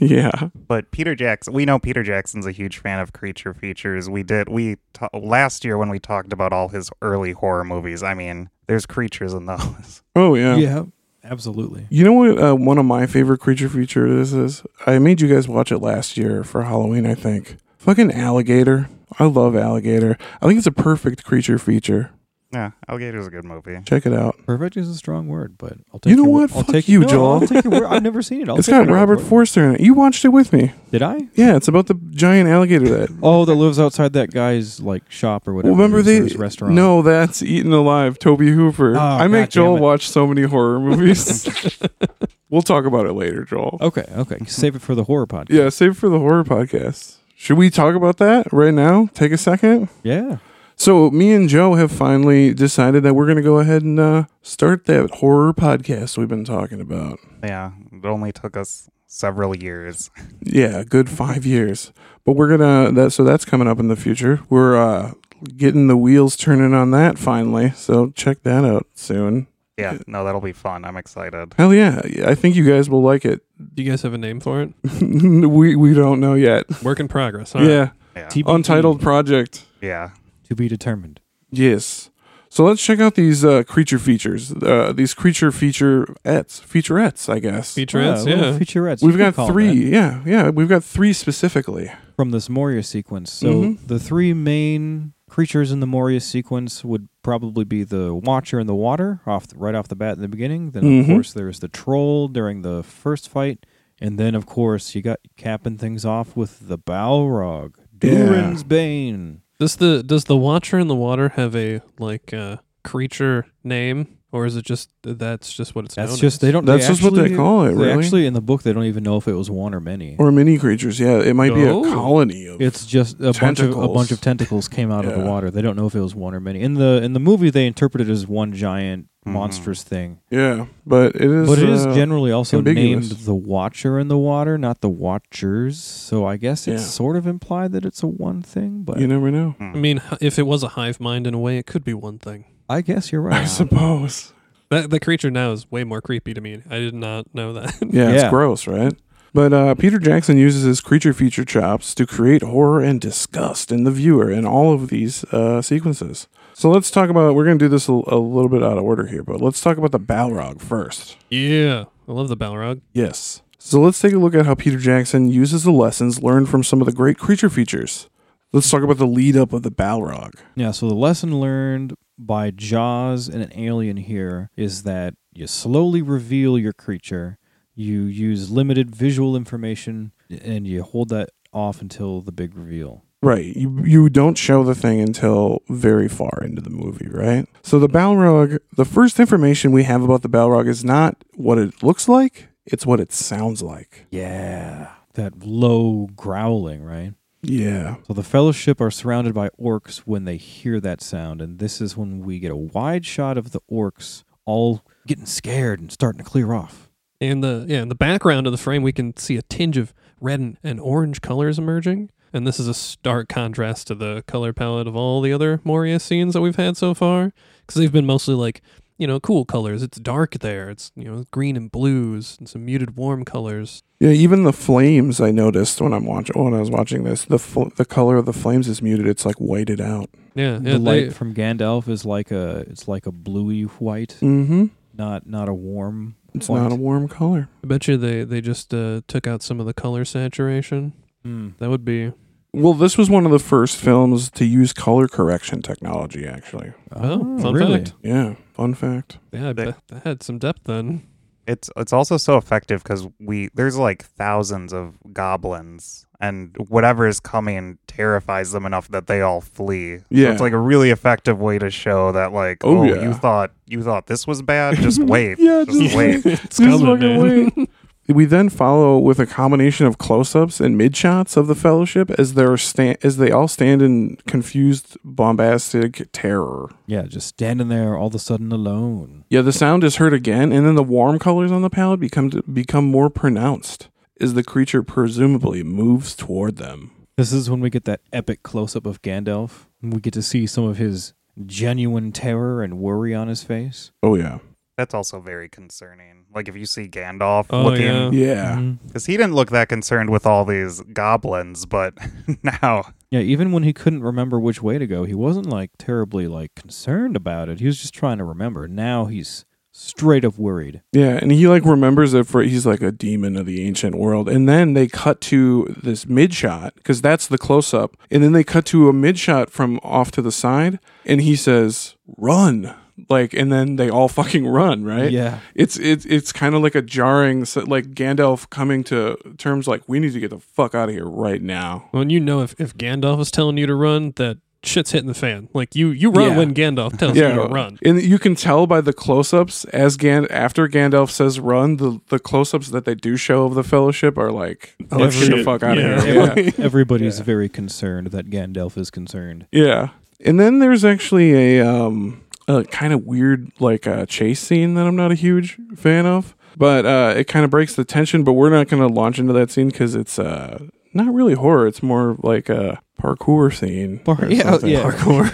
Yeah. but Peter Jackson, we know Peter Jackson's a huge fan of creature features. We did we ta- last year when we talked about all his early horror movies. I mean, there's creatures in those. Oh, yeah. yeah, absolutely. You know what? Uh, one of my favorite creature features is I made you guys watch it last year for Halloween, I think. Fucking alligator. I love alligator. I think it's a perfect creator feature. Yeah, Alligator's a good movie. Check it out. Perfect is a strong word, but I'll take You know your wo- what? I'll Fuck take you, no, Joel. I'll take your word. I've never seen it. I'll it's take got your word Robert for it. Forster in it. You watched it with me. Did I? Yeah, it's about the giant alligator that Oh, that lives outside that guy's like shop or whatever. Well, remember it is, or they his restaurant. No, that's Eaten Alive. Toby Hooper. Oh, I make God damn Joel it. watch so many horror movies. we'll talk about it later, Joel. Okay, okay. Save it for the horror podcast. Yeah, save it for the horror podcast. Should we talk about that right now? Take a second. Yeah. So, me and Joe have finally decided that we're going to go ahead and uh, start that horror podcast we've been talking about. Yeah, it only took us several years. Yeah, a good five years. But we're gonna that so that's coming up in the future. We're uh, getting the wheels turning on that finally. So check that out soon. Yeah, no, that'll be fun. I'm excited. Hell yeah! I think you guys will like it. Do you guys have a name for it? we we don't know yet. Work in progress. all right. Yeah, Yeah, TBD. untitled project. yeah. To be determined. Yes. So let's check out these uh, creature features. Uh, these creature featurettes, featurettes, I guess. Featurettes, Ah, little yeah. Featurettes. you We've could got call it three. Yeah, yeah. We've got three specifically. that, from this Moria sequence. So Mhm. the three main creatures in the Moria sequence would probably be the Watcher in the water, off the, right off the bat in the beginning. Then Mhm. of course there's the Troll during the first fight, and then of course you got capping things off with the Balrog, Yeah. Durin's Bane. Does the does the Watcher in the Water have a like uh, creature name, or is it just that's just what it's That's known just as? they don't. That's they just what they actually- call it, They really. actually in the book they don't even know if it was one or many. Or mini creatures, yeah. It might be a Oh. colony of it's just a bunch of a Tentacles. bunch of tentacles came out of the Yeah. water. They don't know if it was one or many. In the in the movie they interpret it as one giant Mm-hmm. Mhm. monstrous thing. yeah, but it is. But it is uh, generally also ambiguous. named the Watcher in the Water, not the Watchers. So I guess it's Yeah. sort of implied that it's a one thing, but You never Hmm. know. I mean, h- if it was a hive mind in a way, it could be one thing. I guess you're I right. suppose. That the creature now is way more creepy to me. I did not know that. Yeah, it's Yeah. gross, right? But uh, Peter Jackson uses his creature feature chops to create horror and disgust in the viewer in all of these uh, sequences. So let's talk about. We're going to do this a, a little bit out of order here, but let's talk about the Balrog first. yeah, I love the Balrog. Yes. So let's take a look at how Peter Jackson uses the lessons learned from some of the great creature features. Let's talk about the lead up of the Balrog. Yeah, so the lesson learned by Jaws and an alien here is that you slowly reveal your creature, you use limited visual information, and you hold that off until the big reveal. Right. You you don't show the thing until very far into the movie, right? So the Balrog, the first information we have about the Balrog is not what it looks like, it's what it sounds like. Yeah. That low growling, right? Yeah. So the Fellowship are surrounded by orcs when they hear that sound, and this is when we get a wide shot of the orcs all getting scared and starting to clear off. And the yeah, in the background of the frame, we can see a tinge of red and, and orange colors emerging. And this is a stark contrast to the color palette of all the other Moria scenes that we've had so far, because they've been mostly like you know cool colors. It's dark there. It's you know green and blues and some muted warm colors. Yeah, even the flames I noticed when I'm watching when I was watching this, the fl- the color of the flames is muted. It's like whited out. Yeah, yeah the light they- from Gandalf is like a it's like a bluey white, Mhm. not not a warm. It's white. not a warm color. I bet you they they just uh, took out some of the color saturation. Mm. That would be Well, this was one of the first films to use color correction technology actually. Oh, fun fact. Yeah, fun fact. yeah. I They- bet that had some depth then. It's it's also so effective because we there's like thousands of goblins and whatever is coming terrifies them enough that they all flee. Yeah. so it's like a really effective way to show that like Oh, oh, yeah. you thought you thought this was bad just wait Yeah, just just wait it's Just fucking wait. we then follow with a combination of close-ups and mid-shots of the fellowship as they are sta- as they all stand in confused bombastic terror. Yeah, just standing there all of a sudden alone. Yeah, the sound is heard again and then the warm colors on the palette become become more pronounced as the creature presumably moves toward them. This is when we get that epic close up of Gandalf. And we get to see some of his genuine terror and worry on his face. Oh yeah. that's also very concerning like if you see Gandalf Oh, yeah. looking Yeah. Mhm. because he didn't look that concerned with all these goblins but now Yeah, even when he couldn't remember which way to go, he wasn't like terribly like concerned about it. He was just trying to remember. Now he's straight up worried. Yeah, and he like remembers it for he's like a demon of the ancient world. And then they cut to this mid shot because that's the close up. And then they cut to a mid shot from off to the side, and he says, "Run!" Like, and then they all fucking run. Right? Yeah. It's it's it's kind of like a jarring, so- like Gandalf coming to terms, like we need to get the fuck out of here right now. Well, and you know, if, if Gandalf is telling you to run, that shit's hitting the fan. Like you, you run Yeah. when Gandalf tells you to run. and you can tell by the close-ups as Gan after Gandalf says "run," the the close-ups that they do show of the Fellowship are like, "Let's get the Shit. fuck out Yeah. of here." Yeah. Everybody's very concerned that Gandalf is concerned. Yeah. And then there's actually a um a kind of weird like uh, chase scene that I'm not a huge fan of, but uh, it kind of breaks the tension. But we're not going to launch into that scene because it's uh not really horror. It's more like a parkour scene. Par- or yeah, something. yeah. Parkour.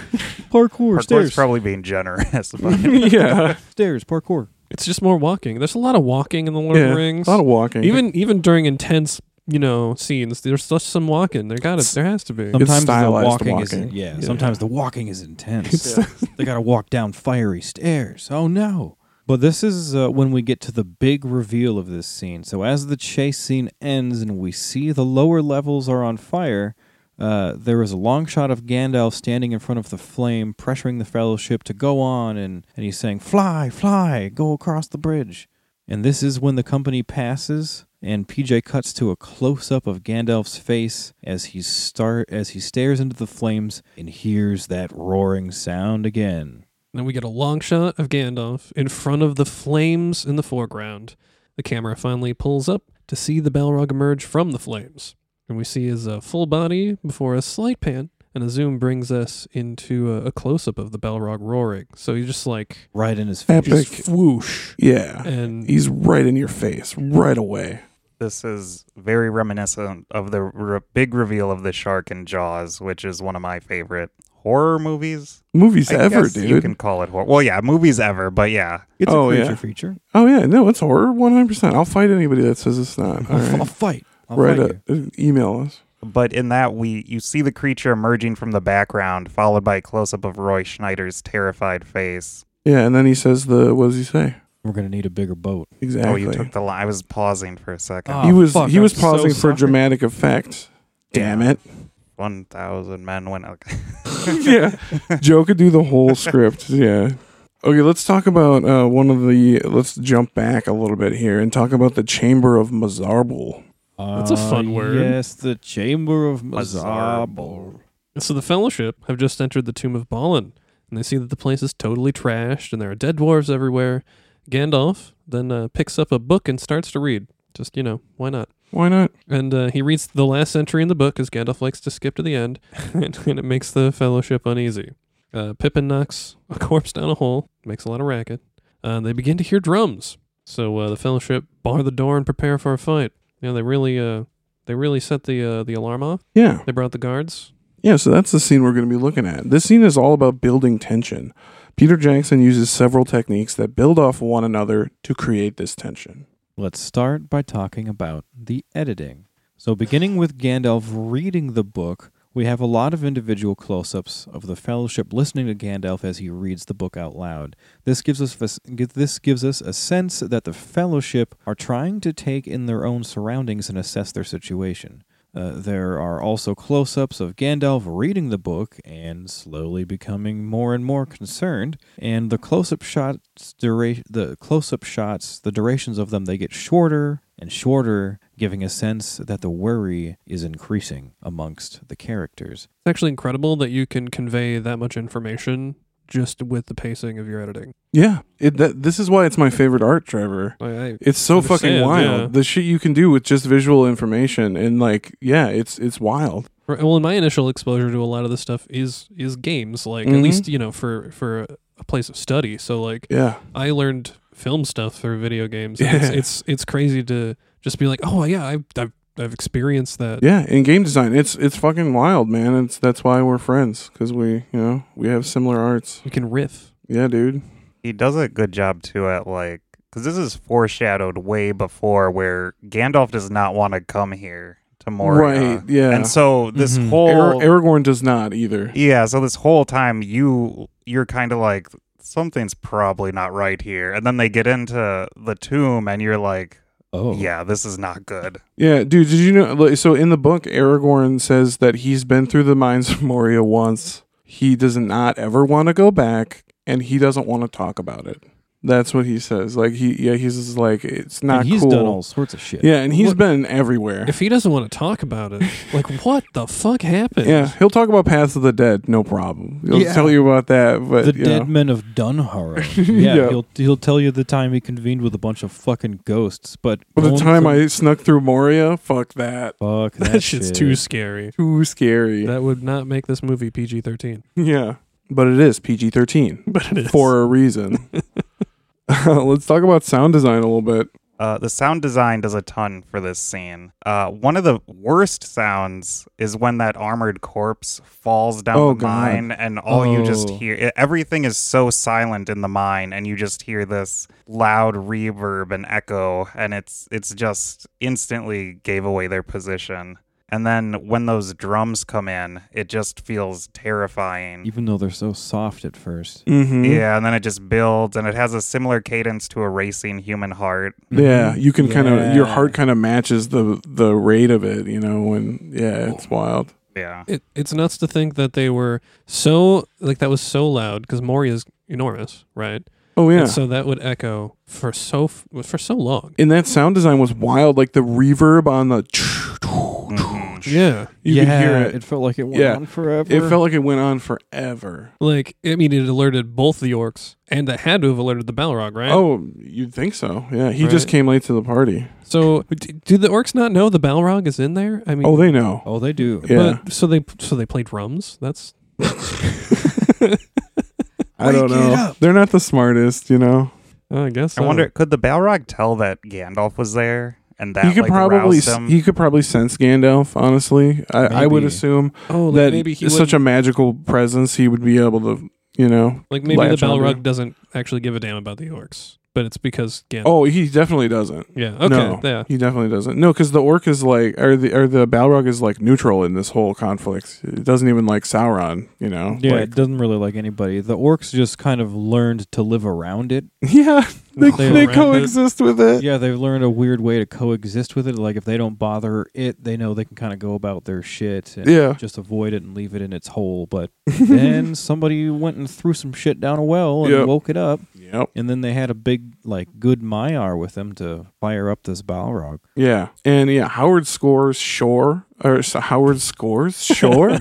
Parkour, Parkour's stairs, probably being generous but yeah, stairs, parkour. It's just more walking. There's a lot of walking in the Lord of yeah. the Rings. A lot of walking. even even during intense, you know, scenes, there's just some walking. There got to There has to be. It's Sometimes the stylized walking, is walking. yeah, Yeah. Sometimes the walking is intense. they got to walk down fiery stairs. Oh no! But this is uh, when we get to the big reveal of this scene. So as the chase scene ends and we see the lower levels are on fire, uh, there is a long shot of Gandalf standing in front of the flame, pressuring the Fellowship to go on, and and he's saying, "Fly, fly, go across the bridge." And this is when the company passes and PJ cuts to a close up of Gandalf's face as he star- as he stares into the flames and hears that roaring sound again. Then we get a long shot of Gandalf in front of the flames in the foreground. The camera finally pulls up to see the Balrog emerge from the flames. And we see his uh, full body before a slight pan, and a zoom brings us into a, a close up of the Balrog roaring. So he's just like, Right in his face. Epic. just whoosh. Yeah. And He's right in your face right away. This is very reminiscent of the re- big reveal of the shark in Jaws, which is one of my favorite horror movies. Movies I ever, guess dude. You can call it horror. Well, yeah, movies ever, but yeah. It's Oh, a creature yeah. feature. Oh yeah, no, it's horror, one hundred percent. I'll fight anybody that says it's not. All I'll, f- I'll right, fight. I'll right. fight uh, uh, email us. But in that, we you see the creature emerging from the background, followed by a close up of Roy Schneider's terrified face. Yeah, and then he says the what does he say you. We're gonna need a bigger boat. exactly? Oh, you took the line. I was pausing for a second. Ah. he Oh, was fuck, he I'm was so pausing for sorry. dramatic effect. Damn it! One thousand men went. yeah, Joe could do the whole script. Yeah. Okay, let's talk about uh, one of the. Let's jump back a little bit here and talk about the Chamber of Mazarbul. That's a fun word. Ah, Yes, the Chamber of Mazarbul. Mazarbul. so the Fellowship have just entered the tomb of Balin, and they see that the place is totally trashed and there are dead dwarves everywhere. Gandalf then uh, picks up a book and starts to read. Just, you know, why not? Why not? And uh, he reads the last entry in the book, as Gandalf likes to skip to the end, and, and it makes the Fellowship uneasy. Uh, Pippin knocks a corpse down a hole, makes a lot of racket. Uh, they begin to hear drums, so uh, the Fellowship bar the door and prepare for a fight. You know, they really, uh, they really set the uh, the alarm off. Yeah, They brought the guards. Yeah, so that's the scene we're going to be looking at. This scene is all about building tension. Peter Jackson uses several techniques that build off one another to create this tension. Let's start by talking about the editing. So, beginning with Gandalf reading the book, we have a lot of individual close ups of the Fellowship listening to Gandalf as he reads the book out loud. This gives, us, this gives us a sense that the Fellowship are trying to take in their own surroundings and assess their situation. Uh, there are also close ups of Gandalf reading the book and slowly becoming more and more concerned. And the close up shots, dura- the close up shots, the durations of them, they get shorter and shorter, giving a sense that the worry is increasing amongst the characters. It's actually incredible that you can convey that much information just with the pacing of your editing. Yeah, it, that, this is why it's my favorite art, Trevor. I, I, It's so fucking Understand, wild. yeah. The shit you can do with just visual information and like, yeah, it's it's wild. Right, Well, my initial exposure to a lot of this stuff is is games, like at Mhm. least you know for for a place of study. So like Yeah, I learned film stuff through video games. and It's, Yeah. it's it's crazy to just be like, oh yeah, I've I've, I've experienced that. yeah. In game design, it's it's fucking wild, man. It's that's why we're friends because we, you know, we have similar arts. You can riff. Yeah, dude. he does a good job too at like because this is foreshadowed way before where Gandalf does not want to come here to Moria, Right, yeah. uh, And so this Mhm. whole Ar- Aragorn does not either. yeah, so this whole time you you're kind of like something's probably not right here, and then they get into the tomb, and you're like, Oh, yeah, this is not good. Yeah, dude, did you know? like, So in the book, Aragorn says that he's been through the mines of Moria once. He does not ever want to go back, and he doesn't want to talk about it. That's what he says. Like he, yeah, he's just like it's not and he's cool. done all sorts of shit. yeah, and he's What- been everywhere. If he doesn't want to talk about it, like what the fuck happened? yeah, he'll talk about Paths of the Dead, no problem. He'll Yeah. tell you about that, but The you dead know. men of Dunharrow. Yeah, Yeah. he'll he'll tell you the time he convened with a bunch of fucking ghosts, but By the going time from- I snuck through Moria, fuck that. fuck that, that, shit's shit. too scary. Too scary. That would not make this movie PG thirteen. yeah, but it is PG thirteen But it is for a reason. Let's talk about sound design a little bit. Uh, the sound design does a ton for this scene. Uh, one of the worst sounds is when that armored corpse falls down Oh, the God. mine, and all you just Oh. hear e, everything is so silent in the mine, and you just hear this loud reverb and echo, and it's it's just instantly gave away their position. And then when those drums come in, it just feels terrifying. even though they're so soft at first. Mm-hmm. Yeah, and then it just builds, and it has a similar cadence to a racing human heart. Yeah, you can kind of your Yeah. heart kind of matches the the rate of it, you know, when yeah, it's wild. Yeah. It, it's nuts to think that they were so like that was so loud because Moria is enormous, right? Oh yeah. And so that would echo for so f- for so long. and that sound design was wild, like the reverb on the. Oh, Mhm. Yeah. You yeah, could hear it. felt like it went Yeah. on forever. It felt like it went on forever. Like I mean, it alerted both the orcs, and that had to have alerted the Balrog, right? Oh, you'd think so. Yeah, he just Right. came late to the party. So d- do the orcs not know the Balrog is in there? I mean, Oh, they know. oh, they do. Yeah. But so they so they play drums. That's I don't Wake it know. up. They're not the smartest, you know. I guess. I so. wonder, could the Balrog tell that Gandalf was there and that he could like, probably roused s- him? he could probably sense Gandalf. Honestly, I, I would Maybe. assume Oh, like that maybe he it's such a magical presence, he would be able to, you know. like maybe the latch onto. Balrog doesn't actually give a damn about the orcs, but it's because Gandalf. Oh, he definitely doesn't. yeah. Okay. no, Yeah. he definitely doesn't. No, because the orc is like, or the or the Balrog is like neutral in this whole conflict. It doesn't even like Sauron, you know. Yeah, Like- it doesn't really like anybody. The orcs just kind of learned to live around it. yeah. They, They they around it. coexist with it. Yeah, they've learned a weird way to coexist with it. Like if they don't bother it, they know they can kind of go about their shit and Yeah. just avoid it and leave it in its hole. But then somebody went and threw some shit down a well and Yep. woke it up. Yep. And then they had a big like good Maiar with them to fire up this Balrog. Yeah, and yeah, Howard scores Shore or s- Howard scores Shore.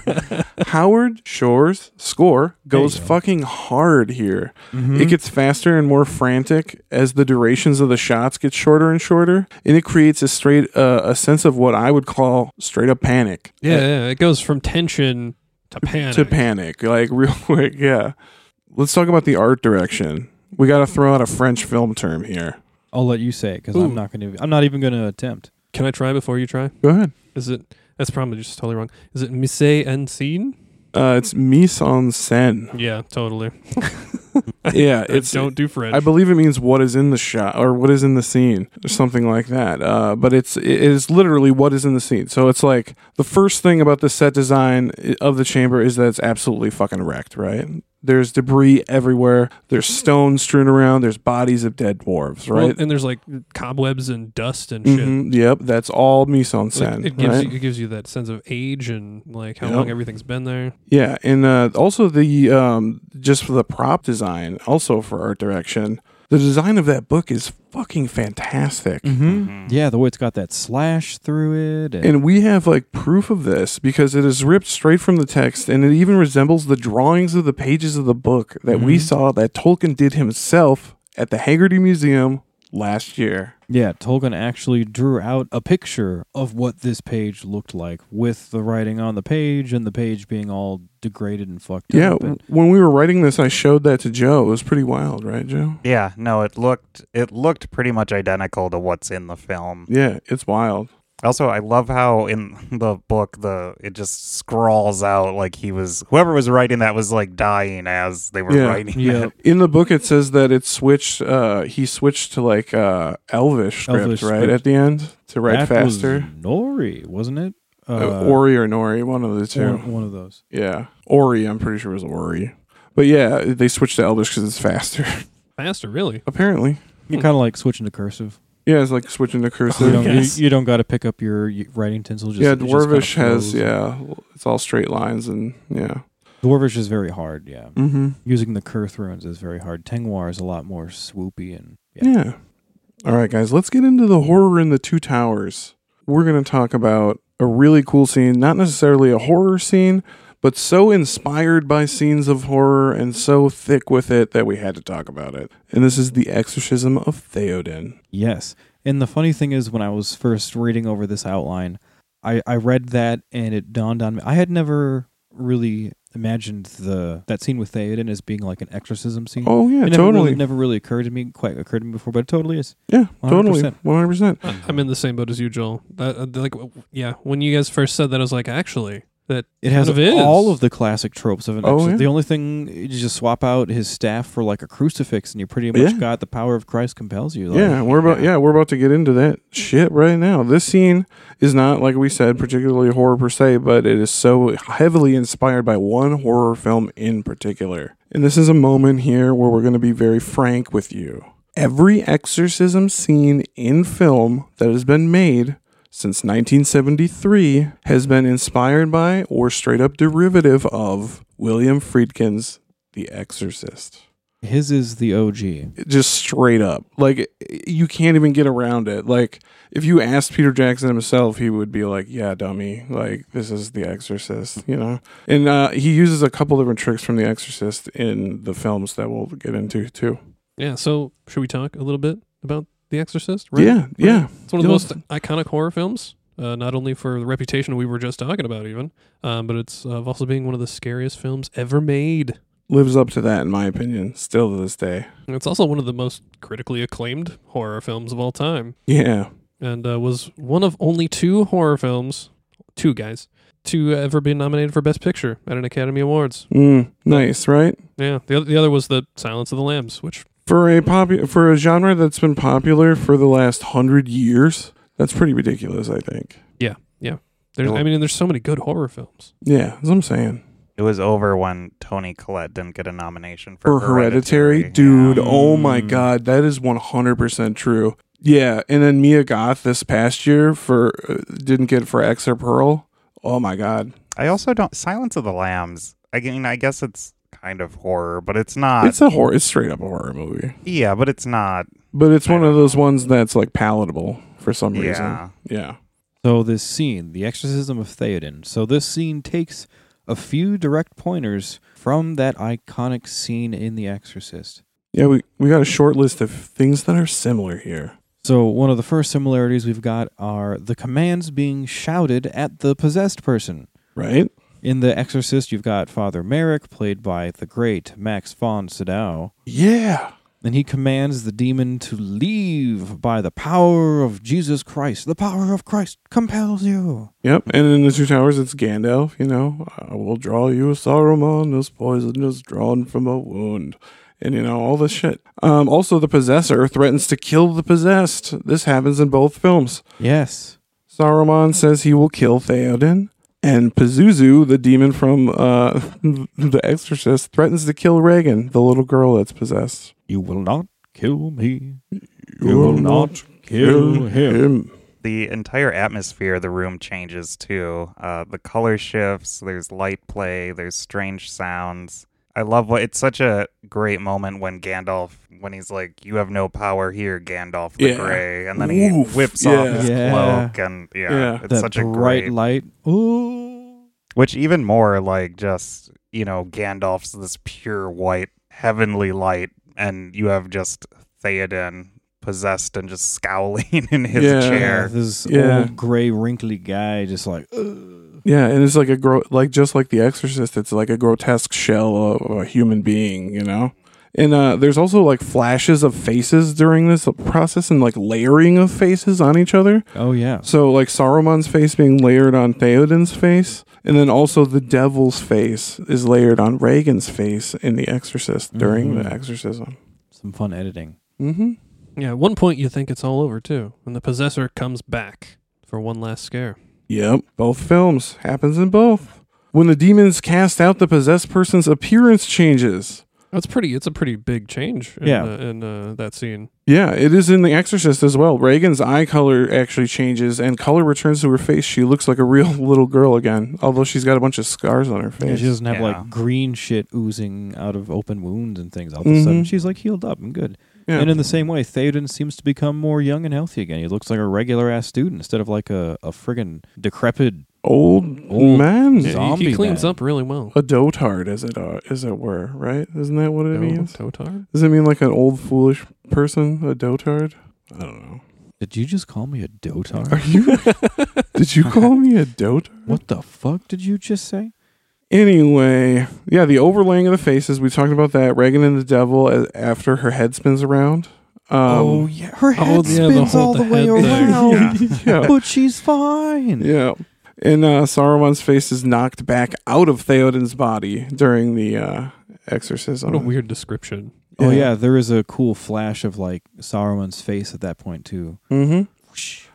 Howard Shore's score goes go. fucking hard here. Mm-hmm. It gets faster and more frantic as the durations of the shots get shorter and shorter, and it creates a straight uh, a sense of what I would call straight up panic Yeah. Yeah. It goes from tension to panic. to panic, like real quick. Yeah, let's talk about the art direction. We got to throw out a French film term here. I'll let you say it because Ooh. I'm not going to. I'm not even going to attempt. Can I try before you try? Go ahead. Is it? That's probably just totally wrong. Is it mise en scene? Uh, it's mise en scène. Yeah, totally. Yeah, It's, it's don't do French. I believe it means what is in the shot or what is in the scene or something like that. Uh, but it's it is literally what is in the scene. So it's like the first thing about the set design i- of the chamber is that it's absolutely fucking wrecked, right? There's debris everywhere. There's stones strewn around. There's bodies of dead dwarves, Well, right? and there's like cobwebs and dust and shit. Mhm, Yep, that's all mise en Like, scène. it gives right? you, it gives you that sense of age and like how Yep. long everything's been there. Yeah, and uh, also the um, just for the prop design, also for art direction, the design of that book is fucking fantastic. Mm-hmm. Yeah, the way it's got that slash through it. And, And we have like proof of this because it is ripped straight from the text and it even resembles the drawings of the pages of the book that we Mm-hmm. saw that Tolkien did himself at the Haggerty Museum last year. yeah, Tolkien actually drew out a picture of what this page looked like with the writing on the page and the page being all degraded and fucked Yeah, up. and- when we were writing this, I showed that to Joe. It was pretty wild, right, Joe? Yeah, no, it looked it looked pretty much identical to what's in the film. Yeah, it's wild. Also, I love how in the book the it just scrawls out like he was whoever was writing that was like dying as they were Yeah. writing yeah. In the book, it says that it switched. Uh, he switched to like uh, Elvish script, Elvish right script. at the end to write that faster. Was Nori, wasn't it? Uh, Ori or Nori, one of the two. one, one of those. Yeah. Ori, I'm pretty sure it was Ori. But yeah, they switched to Elvish because it's faster, Faster, really. apparently. You kind of like switching to cursive. Yeah, it's like switching to You cursive. don't, you- Yes. you, don't got to pick up your y- writing pencil. Just, yeah, it just kinda Dwarvish has, flows. yeah, it's all straight lines and, yeah. Dwarvish is very hard. Yeah, Mm-hmm. using the Kurth runes is very hard. Tengwar is a lot more swoopy and yeah. Yeah. All right, guys, let's get into the horror in the Two Towers. We're going to talk about a really cool scene, not necessarily a horror scene, but so inspired by scenes of horror and so thick with it that we had to talk about it. And this is the exorcism of Theoden. Yes. And the funny thing is, when I was first reading over this outline, I, I read that and it dawned on me. I had never really imagined the that scene with Theoden as being like an exorcism scene. Oh, yeah, it never really- totally. never really occurred to me, quite occurred to me before, but it totally is. Yeah, totally. 100%. 100%. I- I'm in the same boat as you, Joel. That, uh, like, w- yeah. When you guys first said that, I was like, actually, that It has Kind of is. all of the classic tropes of an Oh, exorcism. yeah. The only thing you just swap out his staff for like a crucifix, and you pretty much Yeah. got the power of Christ compels you. Like, Yeah, we're about yeah, we're about to get into that shit right now. This scene is not like we said particularly horror per se, but it is so heavily inspired by one horror film in particular. And this is a moment here where we're going to be very frank with you. Every exorcism scene in film that has been made since 1973 has been inspired by or straight up derivative of William Friedkin's The Exorcist. His is the OG. just straight up. Like you can't even get around it. Like if you asked Peter Jackson himself, he would be like, "Yeah, dummy. Like this is The Exorcist," you know. And uh, he uses a couple different tricks from The Exorcist in the films that we'll get into too. Yeah. So should we talk a little bit about The Exorcist? Right? Yeah, yeah. It's one of the Yeah. most iconic horror films, uh, not only for the reputation we were just talking about, even, um, but it's uh, of also being one of the scariest films ever made. Lives up to that, in my opinion, still to this day. And it's also one of the most critically acclaimed horror films of all time, Yeah, and uh, was one of only two horror films, two guys, to ever be nominated for Best Picture at an Academy Awards. mm, nice, right? Yeah. The other, the other was The Silence of the Lambs, which For a popu- for a genre that's been popular for the last hundred years, that's pretty ridiculous. I think. there's, Yeah. I mean, there's so many good horror films. Yeah, that's what I'm saying. It was over when Tony Collette didn't get a nomination for or hereditary, Hereditary. dude Yeah. oh my Mm. god that is 100% true yeah and then mia goth this past year for uh, didn't get it for x or pearl oh my god I also don't. Silence of the Lambs. I mean, I guess it's kind of horror, but it's not. it's a horror it's straight up a horror movie yeah, but it's not. but it's I one of don't those ones that's like palatable for some reason Yeah. yeah So this scene, the exorcism of Theoden. So this scene takes a few direct pointers from that iconic scene in The Exorcist. yeah we, we got a short list of things that are similar here So one of the first similarities we've got are the commands being shouted at the possessed person. right In The Exorcist, you've got Father Merrick, played by the great Max von Sydow, yeah and he commands the demon to leave by the power of Jesus Christ. The power of Christ compels you. Yep, and in the two towers, it's Gandalf. You know, I will draw you a Saruman, this poison is drawn from a wound, and you know all this shit. Um, also, the possessor threatens to kill the possessed. This happens in both films. Yes. Saruman says he will kill Theoden, and Pazuzu, the demon from uh, The Exorcist, threatens to kill Regan, the little girl that's possessed. You will not kill me. You will not kill him. The entire atmosphere of the room changes too. Uh, the color shifts. There's light play. There's strange sounds. I love what it's such a great moment when Gandalf, when he's like, "You have no power here, Gandalf the Yeah. Grey," and then he Oof, whips off yeah. his Yeah. cloak, and yeah, Yeah. it's that such a bright great light. Ooh. Which even more like just, you know, Gandalf's this pure white heavenly light and you have just Theoden possessed and just scowling in his Yeah. Yeah, chair. this Yeah. old gray wrinkly guy just like "Ugh." Yeah, and it's like a gro- like just like The Exorcist, it's like a grotesque shell of a human being, you know. And uh, there's also like flashes of faces during this process and like layering of faces on each other. Oh yeah. So like Saruman's face being layered on Theoden's face, and then also the Devil's face is layered on Reagan's face in The Exorcist during Mhm. the exorcism. Some fun editing. Mm-hmm. Yeah, at one point you think it's all over too, and the possessor comes back for one last scare. Yep, both films happens in both. When the demons cast out the possessed person's appearance changes. That's pretty. It's a pretty big change. In, Yeah. uh, in uh, that scene. Yeah, it is in The Exorcist as well. Reagan's eye color actually changes and color returns to her face. She looks like a real little girl again, although she's got a bunch of scars on her Yeah, face. she doesn't have Yeah. like green shit oozing out of open wounds and things. All of a sudden, Mhm. she's like healed up and good. Yeah. And in the same way, Theoden seems to become more young and healthy again. He looks like a regular ass student instead of like a, a friggin' decrepit. old, Old man, Yeah. Yeah, he- he, Zombie cleans man. up really well. a dotard, as it uh, as it were, right? Isn't that what it No, means? Um, Totar. Does it mean like an old foolish person, a dotard? I don't know. Did you just call me a Are dotard? you? did you call me a dotard? what the fuck did you just say? Anyway, yeah, the overlaying of the faces. We talked about that. Reagan and the devil a- after her head spins around. Um, oh yeah, her head oh, yeah, the spins whole- all the, the way head thing. around, yeah. but she's fine. Yeah. And uh, Saruman's face is knocked back out of Theoden's body during the uh, exorcism. What a weird description. Oh yeah, there is a cool flash of like Saruman's face at that point too. hmm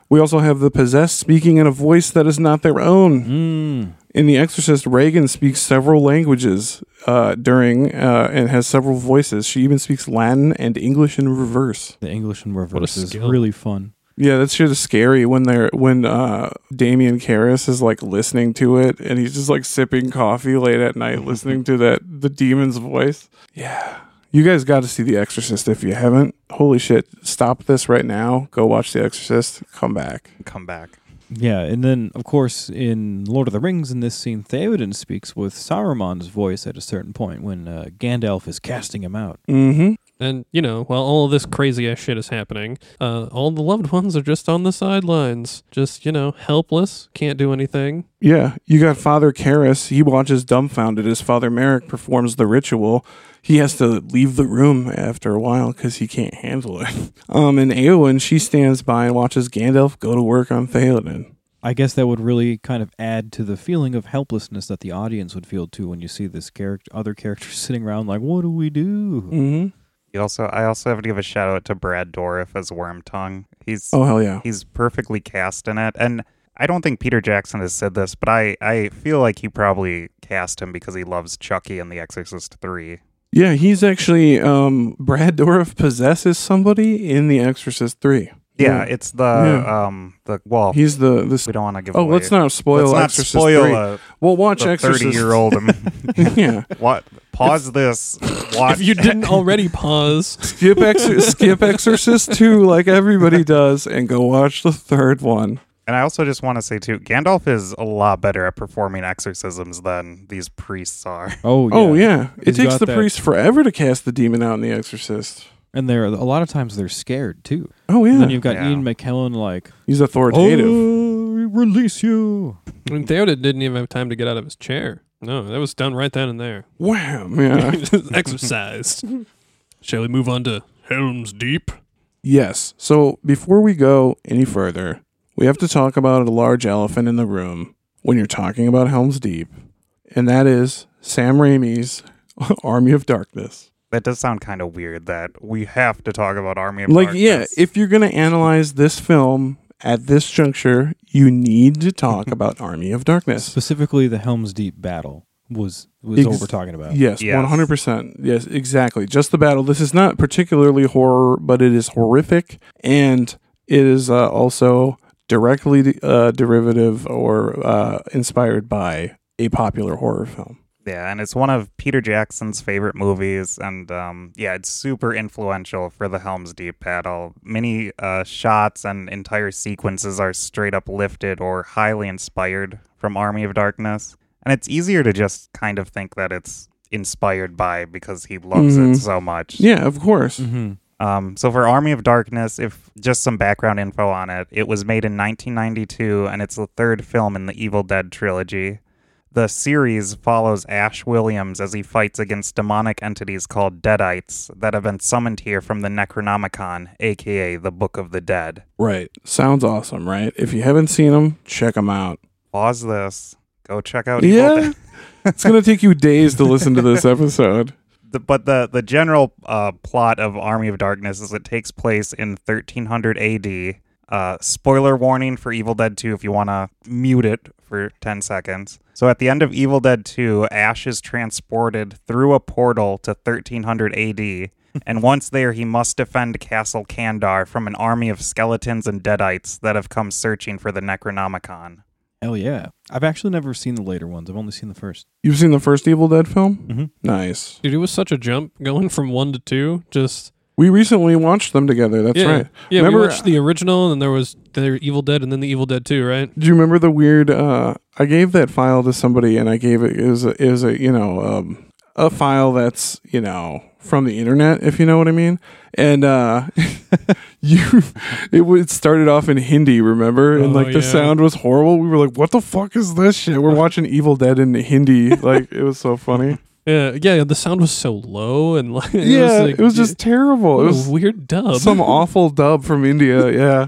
We also have the possessed speaking in a voice that is not their own. Mm. In The Exorcist, Reagan speaks several languages uh, during uh, and has several voices. She even speaks Latin and English in reverse. The English in reverse is skill. really fun. Yeah, that shit is scary when they're when uh Damian Karras is like listening to it and he's just like sipping coffee late at night listening to that the demon's voice. Yeah. You guys got to see The Exorcist if you haven't. Holy shit. Stop this right now. Go watch The Exorcist. Come back. Come back. Yeah, and then of course in Lord of the Rings, in this scene, Theoden speaks with Saruman's voice at a certain point when uh, Gandalf is casting him out. Mm-hmm. And, you know, while all of this crazy ass shit is happening, uh, all the loved ones are just on the sidelines, just, you know, helpless, can't do anything. Yeah, you got Father Karras. He watches dumbfounded as Father Merrick performs the ritual. He has to leave the room after a while because he can't handle it. Um, and Eowyn, she stands by and watches Gandalf go to work on Theoden. I guess that would really kind of add to the feeling of helplessness that the audience would feel too when you see this character, other characters sitting around like, "What do we do?" Mm-hmm. You also, I also have to give a shout out to Brad Dourif as Wormtongue. He's Oh hell yeah! he's perfectly cast in it, and I don't think Peter Jackson has said this, but I I feel like he probably cast him because he loves Chucky and The Exorcist Three. Yeah, he's actually um, Brad Dourif possesses somebody in The Exorcist Three. Yeah, it's the um the well. he's the this. we don't want to give. Oh, away. let's not spoil let's not Exorcist spoil Three. a- well, watch the Exorcist. thirty year old. yeah, What? Pause this. Watch. If you didn't already pause, skip Exor- skip Exorcist two like everybody does, and go watch the third one. And I also just want to say too, Gandalf is a lot better at performing exorcisms than these priests are. Oh, yeah. Oh yeah, it He's takes got the that- priest forever to cast the demon out in The Exorcist. and they're a lot of times they're scared too. Oh And yeah, then you've got Yeah. Ian McKellen like, he's "Oh, authoritative. release you." I mean, Theoden didn't even have time to get out of his chair. No, that was done right then and there. Wham! Yeah. Just exercised. Shall we move on to Helm's Deep? yes. So before we go any further, we have to talk about a large elephant in the room when you're talking about Helm's Deep, and that is Sam Raimi's Army of Darkness. That does sound kind of weird. That we have to talk about Army of like Darkness. yeah if you're going to analyze this film at this juncture you need to talk about army of darkness Specifically, the Helm's Deep battle was was Ex- what we're talking about. yes, Yes. 100% yes exactly just the battle this is not particularly horror but it is horrific and it is uh, also directly uh, derivative or uh, inspired by a popular horror film yeah, and it's one of Peter Jackson's favorite movies, and um, yeah, it's super influential for the Helm's Deep battle. Many uh, shots and entire sequences are straight up lifted or highly inspired from Army of Darkness, and it's easier to just kind of think that it's inspired by because he loves Mhm. it so much. yeah of course Mm-hmm. Um, so for Army of Darkness, if just some background info on it, it was made in 1992, and it's the third film in the Evil Dead trilogy. The series follows Ash Williams as he fights against demonic entities called Deadites that have been summoned here from the Necronomicon, aka the Book of the Dead. right sounds awesome right if you haven't seen them check them out Pause this. Go check out Evil yeah Dead. it's going to take you days to listen to this episode the, but the the general uh, plot of Army of Darkness is it takes place in 1300 AD. Uh, spoiler warning for Evil Dead 2 if you want to mute it for 10 seconds. So at the end of Evil Dead 2, Ash is transported through a portal to 1300 AD, and once there, he must defend Castle Kandar from an army of skeletons and deadites that have come searching for the Necronomicon. Hell yeah! I've actually never seen the later ones. I've only seen the first. You've seen the first Evil Dead film? Mhm. Nice. Dude, it was such a jump going from one to two. Just We recently watched them together. That's yeah, right. Yeah, Remember- we watched the original, and then there was the Evil Dead, and then the Evil Dead Two, right? Do you remember the weird? Uh, I gave that file to somebody, and I gave it is a, is a you know um, a file that's you know from the internet, if you know what I mean. And uh, you, it, w- it started off in Hindi, remember? And Oh, like the yeah. sound was horrible. We were like, "What the fuck is this shit?" We're watching Evil Dead in Hindi. like it was so funny. Yeah, yeah. The sound was so low, and like it yeah, like- it was just terrible. what It a was weird dub. some awful dub from India. Yeah.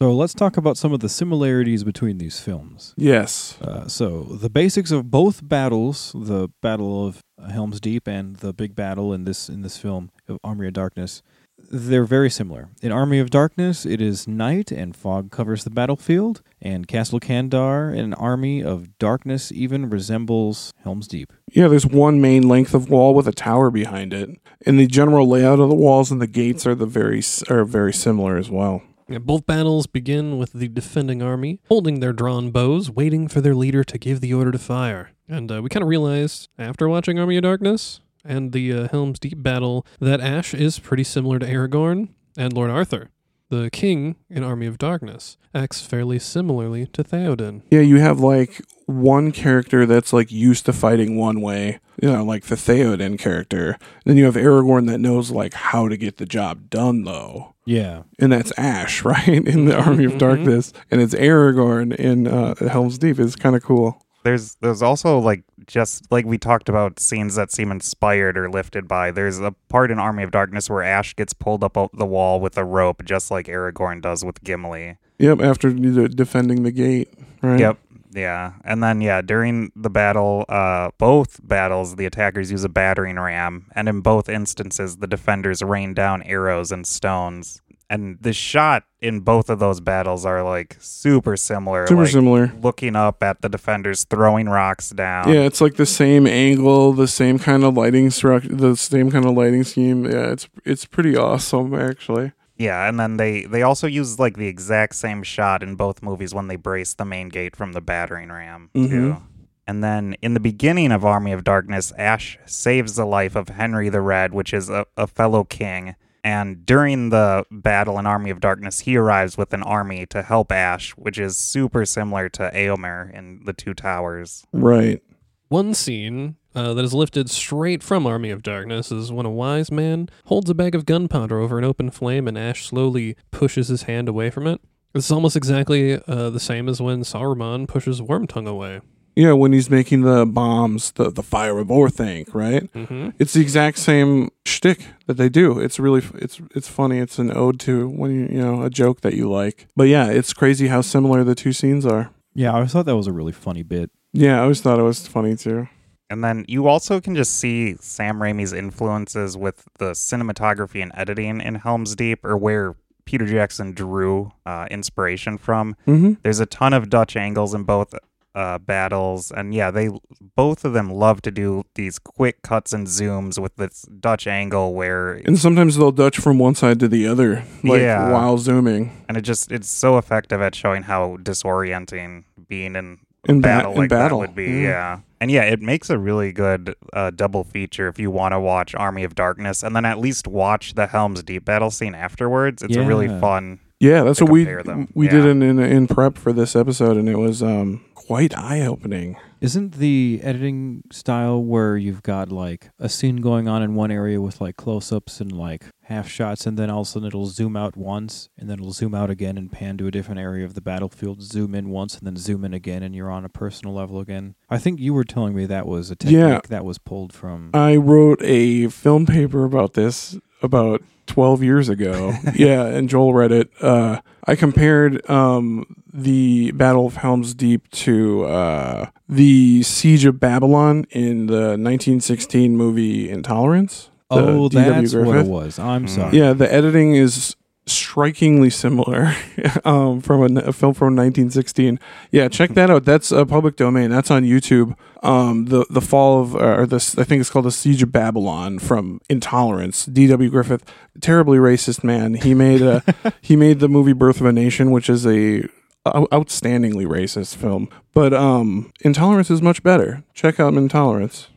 So let's talk about some of the similarities between these films. Yes. Uh, so the basics of both battles, the Battle of Helm's Deep and the big battle in this in this film of Army of Darkness, they're very similar. In Army of Darkness, it is night and fog covers the battlefield, and Castle Kandar, an army of darkness, even resembles Helm's Deep. Yeah, there's one main length of wall with a tower behind it, and the general layout of the walls and the gates are the very s- are very similar as well. Yeah, both battles begin with the defending army holding their drawn bows, waiting for their leader to give the order to fire. And uh, we kind of realized after watching Army of Darkness and the uh, Helm's Deep battle that Ash is pretty similar to Aragorn and Lord Arthur. The king in Army of Darkness acts fairly similarly to Theoden. Yeah, you have like one character that's like used to fighting one way, you know, like the Theoden character. Then you have Aragorn that knows like how to get the job done though. Yeah. And that's Ash, right? In the Army Mm-hmm. of Mhm. Darkness. And it's Aragorn in uh, Helm's Deep. It's kind of cool. There's there's also like just like we talked about scenes that seem inspired or lifted by. There's a part in Army of Darkness where Ash gets pulled up o- the wall with a rope, just like Aragorn does with Gimli. Yep, after de- defending the gate, right? Yep. Yeah. And then yeah, during the battle, uh, both battles, the attackers use a battering ram, and in both instances, the defenders rain down arrows and stones. And the shot in both of those battles are like super similar. Super like, similar. Looking up at the defenders throwing rocks down. Yeah, it's like the same angle, the same kind of lighting structure, the same kind of lighting scheme. Yeah, it's it's pretty awesome actually. Yeah, and then they they also use like the exact same shot in both movies when they brace the main gate from the battering ram too. Mhm. And then in the beginning of Army of Darkness, Ash saves the life of Henry the Red, which is a, a fellow king. And during the battle in Army of Darkness, he arrives with an army to help Ash, which is super similar to Aomer in The Two Towers. Right. One scene uh, that is lifted straight from Army of Darkness is when a wise man holds a bag of gunpowder over an open flame and Ash slowly pushes his hand away from it. This is almost exactly uh, the same as when Saruman pushes Wormtongue away. Yeah, when he's making the bombs, the, the fire of Orthanc, right? Mm-hmm. It's the exact same shtick that they do. It's really f- it's it's funny. It's an ode to when you you know a joke that you like. But yeah, it's crazy how similar the two scenes are. Yeah, I always thought that was a really funny bit. Yeah, I always thought it was funny too. And then you also can just see Sam Raimi's influences with the cinematography and editing in Helm's Deep, or where Peter Jackson drew uh, inspiration from. Mm-hmm. There's a ton of Dutch angles in both uh, battles, and yeah, they both of them love to do these quick cuts and zooms with this Dutch angle where, And sometimes they'll dutch from one side to the other, like Yeah. while zooming and it just it's so effective at showing how disorienting being in in ba- battle in like battle Mm. Mm-hmm. that would be. Yeah. And yeah, it makes a really good uh, double feature if you want to watch Army of Darkness and then at least watch the Helm's Deep battle scene afterwards. It's a really Yeah. fun. Yeah, that's to what we compare them. we Yeah. did in, in in prep for this episode, and it was um quite eye opening. Isn't the editing style where you've got like a scene going on in one area with like close ups and like half shots, and then all of a sudden it'll zoom out once, and then it'll zoom out again and pan to a different area of the battlefield, zoom in once, and then zoom in again, and you're on a personal level again? I think you were telling me that was a technique Yeah. that was pulled from. I wrote a film paper about this about 12 years ago. yeah, and Joel read it. Uh, I compared um, the Battle of Helm's Deep to uh, the Siege of Babylon in the 1916 movie Intolerance. the oh, D.W. that's what it Uh, Griffith. was. I'm Mm. sorry. Yeah, the editing is strikingly similar um, from a, a film from 1916. Yeah, check that out. That's a public domain. That's on YouTube. Um, the the fall of uh, or this I think it's called the Siege of Babylon from Intolerance. D.W. Griffith, terribly racist man. He made a he made the movie Birth of a Nation, which is a out- outstandingly racist film. But um, Intolerance is much better. Check out Intolerance.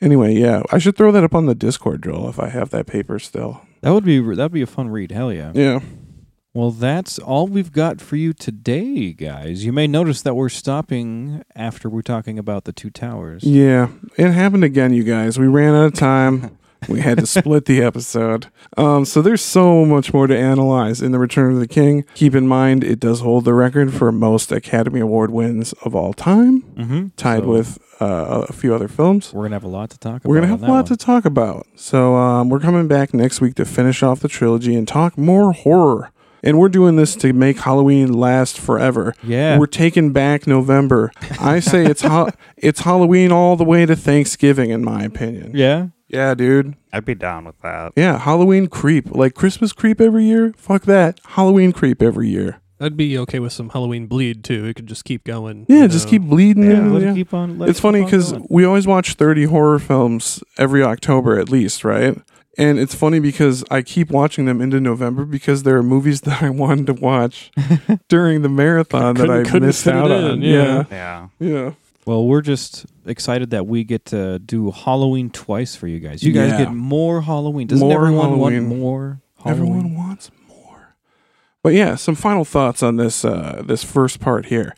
Anyway, yeah, I should throw that up on the Discord, Joel, if I have that paper still. That would be that'd be a fun read. Hell yeah. Yeah. Well, that's all we've got for you today, guys. You may notice that we're stopping after we're talking about the two towers. Yeah, it happened again, you guys. We ran out of time. We had to split the episode. Um, so there's so much more to analyze in The Return of the King. Keep in mind, it does hold the record for most Academy Award wins of all time, Mm-hmm. tied with uh, a few other films. We're gonna have a lot to talk about. We're going to have a lot to talk about. So um, we're coming back next week to finish off the trilogy and talk more horror. And we're doing this to make Halloween last forever. yeah, We're taking back November. I say it's ho- it's Halloween all the way to Thanksgiving, in my opinion. yeah. Yeah, dude. I'd be down with that. Yeah, Halloween creep. Like Christmas creep every year? Fuck that. Halloween creep every year. I'd be okay with some Halloween bleed too. It could just keep going. Yeah, you just know. keep bleeding. Yeah, Yeah, Let yeah. it keep on. Let it's it keep funny on because going. we always watch 30 horror films every October at least, right? And it's funny because I keep watching them into November because there are movies that I wanted to watch during the marathon that Couldn't- I couldn't missed fit it out in, on. yeah. Yeah. yeah. yeah. Well, we're just excited that we get to do Halloween twice for you guys. You guys Yeah. get more Halloween. Doesn't More everyone Halloween. want more Halloween? Everyone wants more. But yeah, some final thoughts on this uh, this first part here.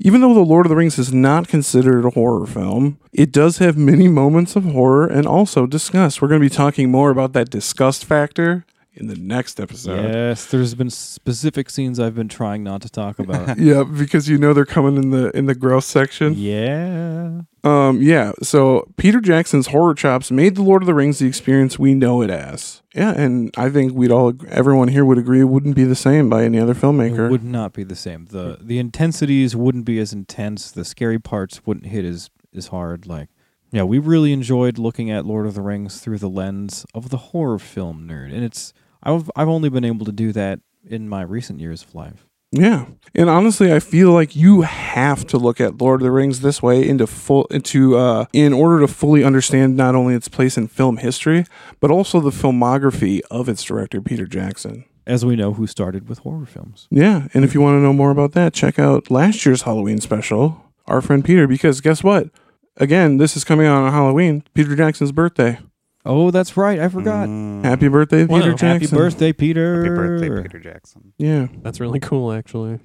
Even though The Lord of the Rings is not considered a horror film, it does have many moments of horror and also disgust. We're going to be talking more about that disgust factor in the next episode. Yes, there's been specific scenes I've been trying not to talk about. Yeah, because you know they're coming in the in the gross section. yeah. Um, yeah. So Peter Jackson's horror chops made The Lord of the Rings the experience we know it as. Yeah, and I think we'd all, everyone here would agree, it wouldn't be the same by any other It filmmaker. would not be the same. The the intensities wouldn't be as intense. The scary parts wouldn't hit as, as hard. Like yeah, we really enjoyed looking at Lord of the Rings through the lens of the horror film nerd. And it's I've I've only been able to do that in my recent years of life. Yeah. And honestly, I feel like you have to look at Lord of the Rings this way into full into uh in order to fully understand not only its place in film history, but also the filmography of its director Peter Jackson. As we know who started with horror films. Yeah, and if you want to know more about that, check out last year's Halloween special, our friend Peter because guess what? Again, this is coming out on Halloween, Peter Jackson's birthday. Oh, that's right. I forgot. Mm. Happy birthday, Wow. Peter Happy Jackson. Happy birthday, Peter. Happy birthday, Peter Jackson. Yeah. That's really cool, actually.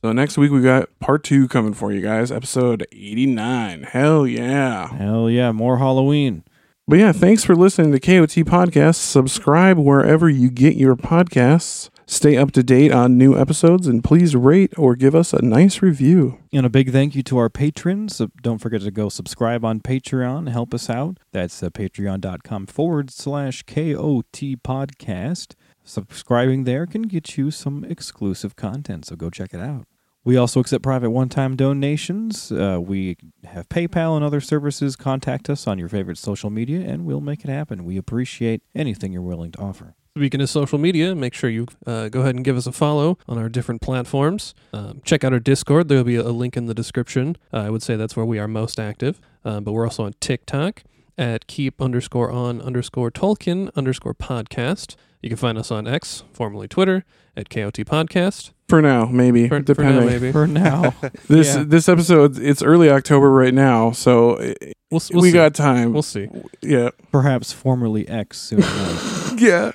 So next week we got part 2 coming for you guys, episode 89. Hell yeah. Hell yeah, more Halloween. But yeah, thanks for listening to KOT Podcasts. Subscribe wherever you get your podcasts. Stay up to date on new episodes and please rate or give us a nice review. And a big thank you to our patrons. So don't forget to go subscribe on Patreon. Help us out. That's uh, patreon.com forward slash KOT podcast. Subscribing there can get you some exclusive content, so go check it out. We also accept private one time donations. Uh, we have PayPal and other services. Contact us on your favorite social media and we'll make it happen. We appreciate anything you're willing to offer. Speaking of social media, make sure you uh, go ahead and give us a follow on our different platforms. Um, check out our Discord. There'll be a link in the description. Uh, I would say that's where we are most active, uh, but we're also on TikTok at keep underscore on underscore Tolkien underscore podcast. You can find us on X, formerly Twitter, at KOT Podcast. For now, maybe For, for depending. now, maybe. For now, This Yeah. this episode it's early October right now, so eh, We'll, s- we'll we see. got time. We'll see. yeah, perhaps formerly X soon. enough. yeah.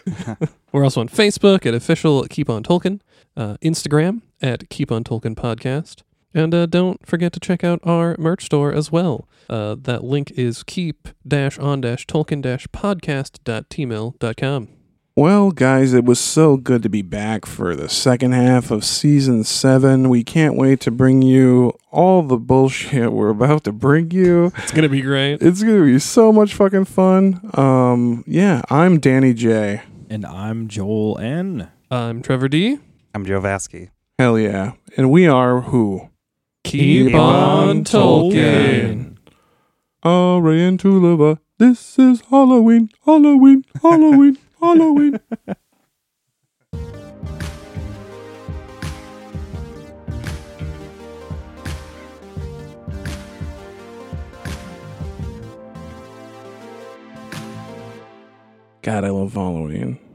We're also on Facebook at official Keep On Tolkien, uh, Instagram at Keep On Tolkien Podcast, and uh, don't forget to check out our merch store as well. Uh, that link is keep on tolkien podcast.tmail.com. Well, guys, it was so good to be back for the second half of season seven. We can't wait to bring you all the bullshit we're about to bring you. It's gonna be great. It's gonna be so much fucking fun. Um, yeah, I'm Danny J. and I'm Joel N. I'm Trevor D. I'm Joe Vasky. Hell yeah, and we are who Keep, Keep on, on Tolkien. Tolkien. Aryan Tulava. This is Halloween, Halloween, Halloween, Halloween. God, I love Halloween.